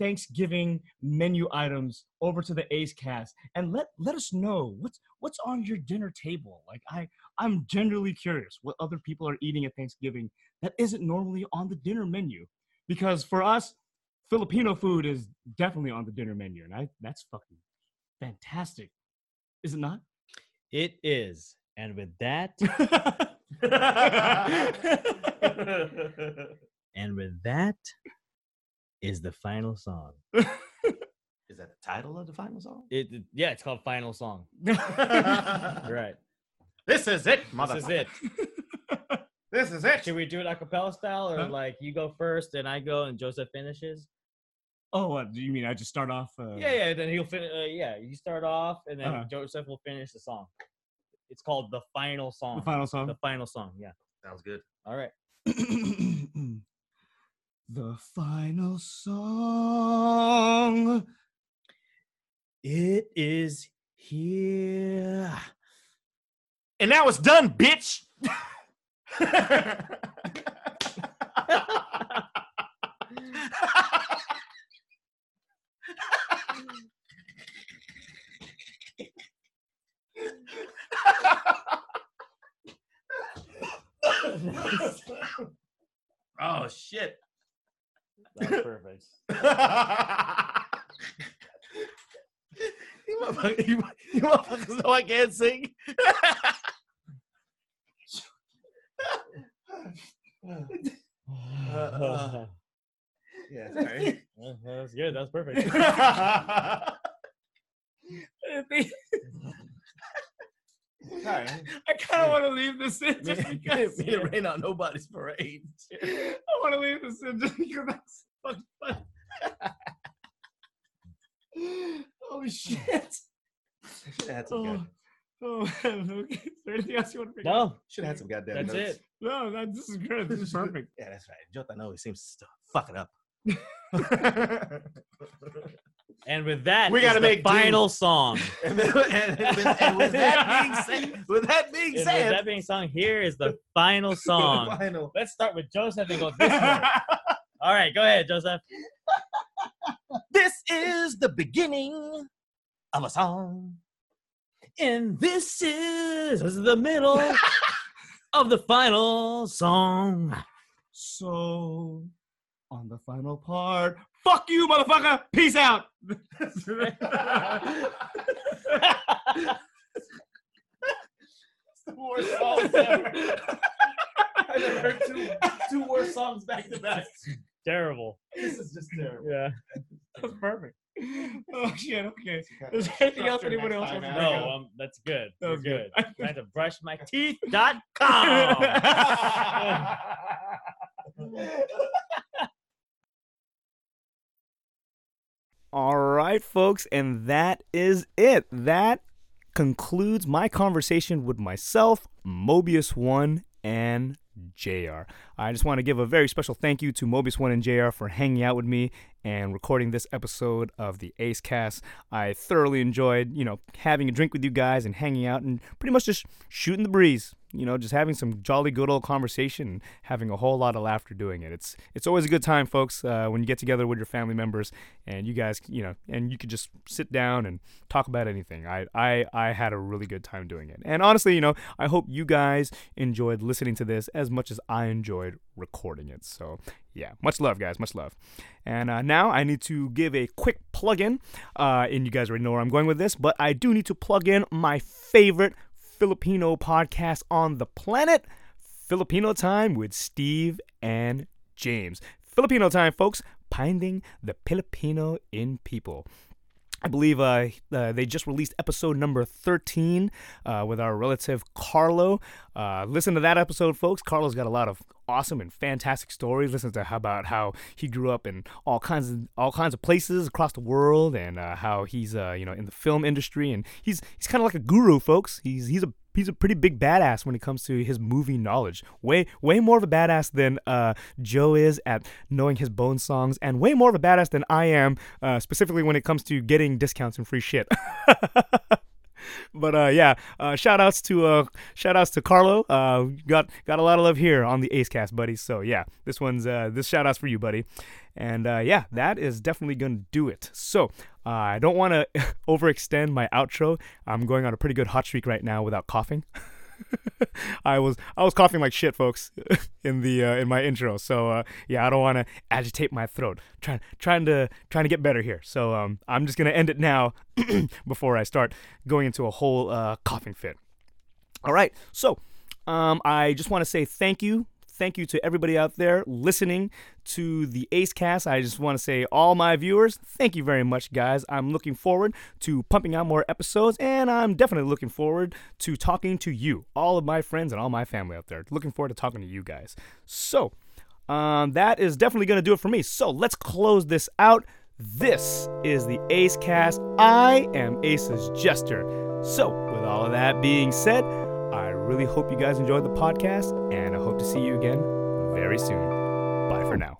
Thanksgiving menu items over to the Ace Cast and let let us know what's what's on your dinner table. Like I I'm generally curious what other people are eating at Thanksgiving that isn't normally on the dinner menu. Because for us, Filipino food is definitely on the dinner menu, and I that's fucking fantastic. Is it not? It is. And with that. And with that is the final song. Is that the title of the final song? It, it- yeah, it's called final song. Right. This is it, mother. This is it. This is it. Should we do it a cappella style or Huh? like you go first and I go and Joseph finishes? oh, what do you mean? I just start off. Uh, Yeah, yeah, then he'll finish. Uh, yeah, you start off and then Uh-huh. Joseph will finish the song. It's called the final song. The final song. The final song, yeah. Sounds good. All right. the final song. It is here. And now it's done, bitch. oh shit. That's perfect. you motherfuckers, you, you motherfuckers know I can't sing. uh. Yeah, sorry. Yeah, That's good. That's perfect. sorry. I kind of want to leave this in just because. it rain on nobody's parade. I want to leave this in just because that's fucking funny. oh shit! I should have had some, Oh, goddamn- oh man. Okay. Is there anything else you want to bring up? No, should have had some goddamn that's notes. it. No, that, this is good. This is perfect. Yeah, that's right. Jota know he seems to fuck it up. And with that, We is gotta the make do. final song. and, then, and, and, and with that being said, with that being And with said, that being sung, here is the final song. Final. Let's start with Joseph and go this way. All right, go ahead, Joseph. This is the beginning of a song. And this is the middle of the final song. So, on the final part, fuck you, motherfucker. Peace out. Worst songs ever. I never heard two, two worst songs back to back. Terrible. This is just terrible. Yeah. That's perfect. Oh shit. Okay. Is there Structure anything else next anyone else time wants to out. bring No, up? um, that's good. That We're was good. good. I had to brush my teeth.com. All right, folks, and that is it. That concludes my conversation with myself, Mobius One, and JR. I just want to give a very special thank you to Mobius One and JR for hanging out with me and recording this episode of the Ace Cast. I thoroughly enjoyed, you know, having a drink with you guys and hanging out and pretty much just shooting the breeze. You know, just having some jolly good old conversation and having a whole lot of laughter doing it. It's it's always a good time, folks, uh, when you get together with your family members and you guys, you know, and you could just sit down and talk about anything. I, I, I had a really good time doing it. And honestly, you know, I hope you guys enjoyed listening to this as much as I enjoyed recording it. So, yeah, much love, guys, much love. And uh, now I need to give a quick plug in. Uh, and you guys already know where I'm going with this, but I do need to plug in my favorite Filipino podcast on the planet. Filipino Time with Steve and James. Filipino Time, folks, finding the Filipino in people. I believe uh, uh, they just released episode number 13 uh, with our relative Carlo. Uh, listen to that episode, folks. Carlo's got a lot of awesome and fantastic stories. Listen to how about how he grew up in all kinds of all kinds of places across the world, and uh, how he's uh, you know in the film industry, and he's he's kind of like a guru, folks. He's he's a he's a pretty big badass when it comes to his movie knowledge. Way way more of a badass than uh, Joe is at knowing his bone songs, and way more of a badass than I am, uh, specifically when it comes to getting discounts and free shit. but uh, yeah, uh, shout outs to uh, shout outs to Carlo. Uh, got got a lot of love here on the Ace Cast, buddy. So yeah, this one's uh, this shout outs for you, buddy. And uh, yeah, that is definitely gonna do it. So. Uh, I don't want to overextend my outro. I'm going on a pretty good hot streak right now without coughing. I was I was coughing like shit, folks, in the uh, in my intro. So uh, yeah, I don't want to agitate my throat. Trying trying to trying to get better here. So um, I'm just gonna end it now before I start going into a whole uh, coughing fit. All right. So, um, I just want to say thank you. thank you to everybody out there listening to the Ace Cast. I just want to say, all my viewers, thank you very much, guys. I'm looking forward to pumping out more episodes, and I'm definitely looking forward to talking to you, all of my friends and all my family out there. Looking forward to talking to you guys. So, um, that is definitely going to do it for me. So let's close this out. This is the Ace Cast. I am Ace's Jester. So, with all of that being said, I really hope you guys enjoyed the podcast, and I hope to see you again very soon. Bye for now.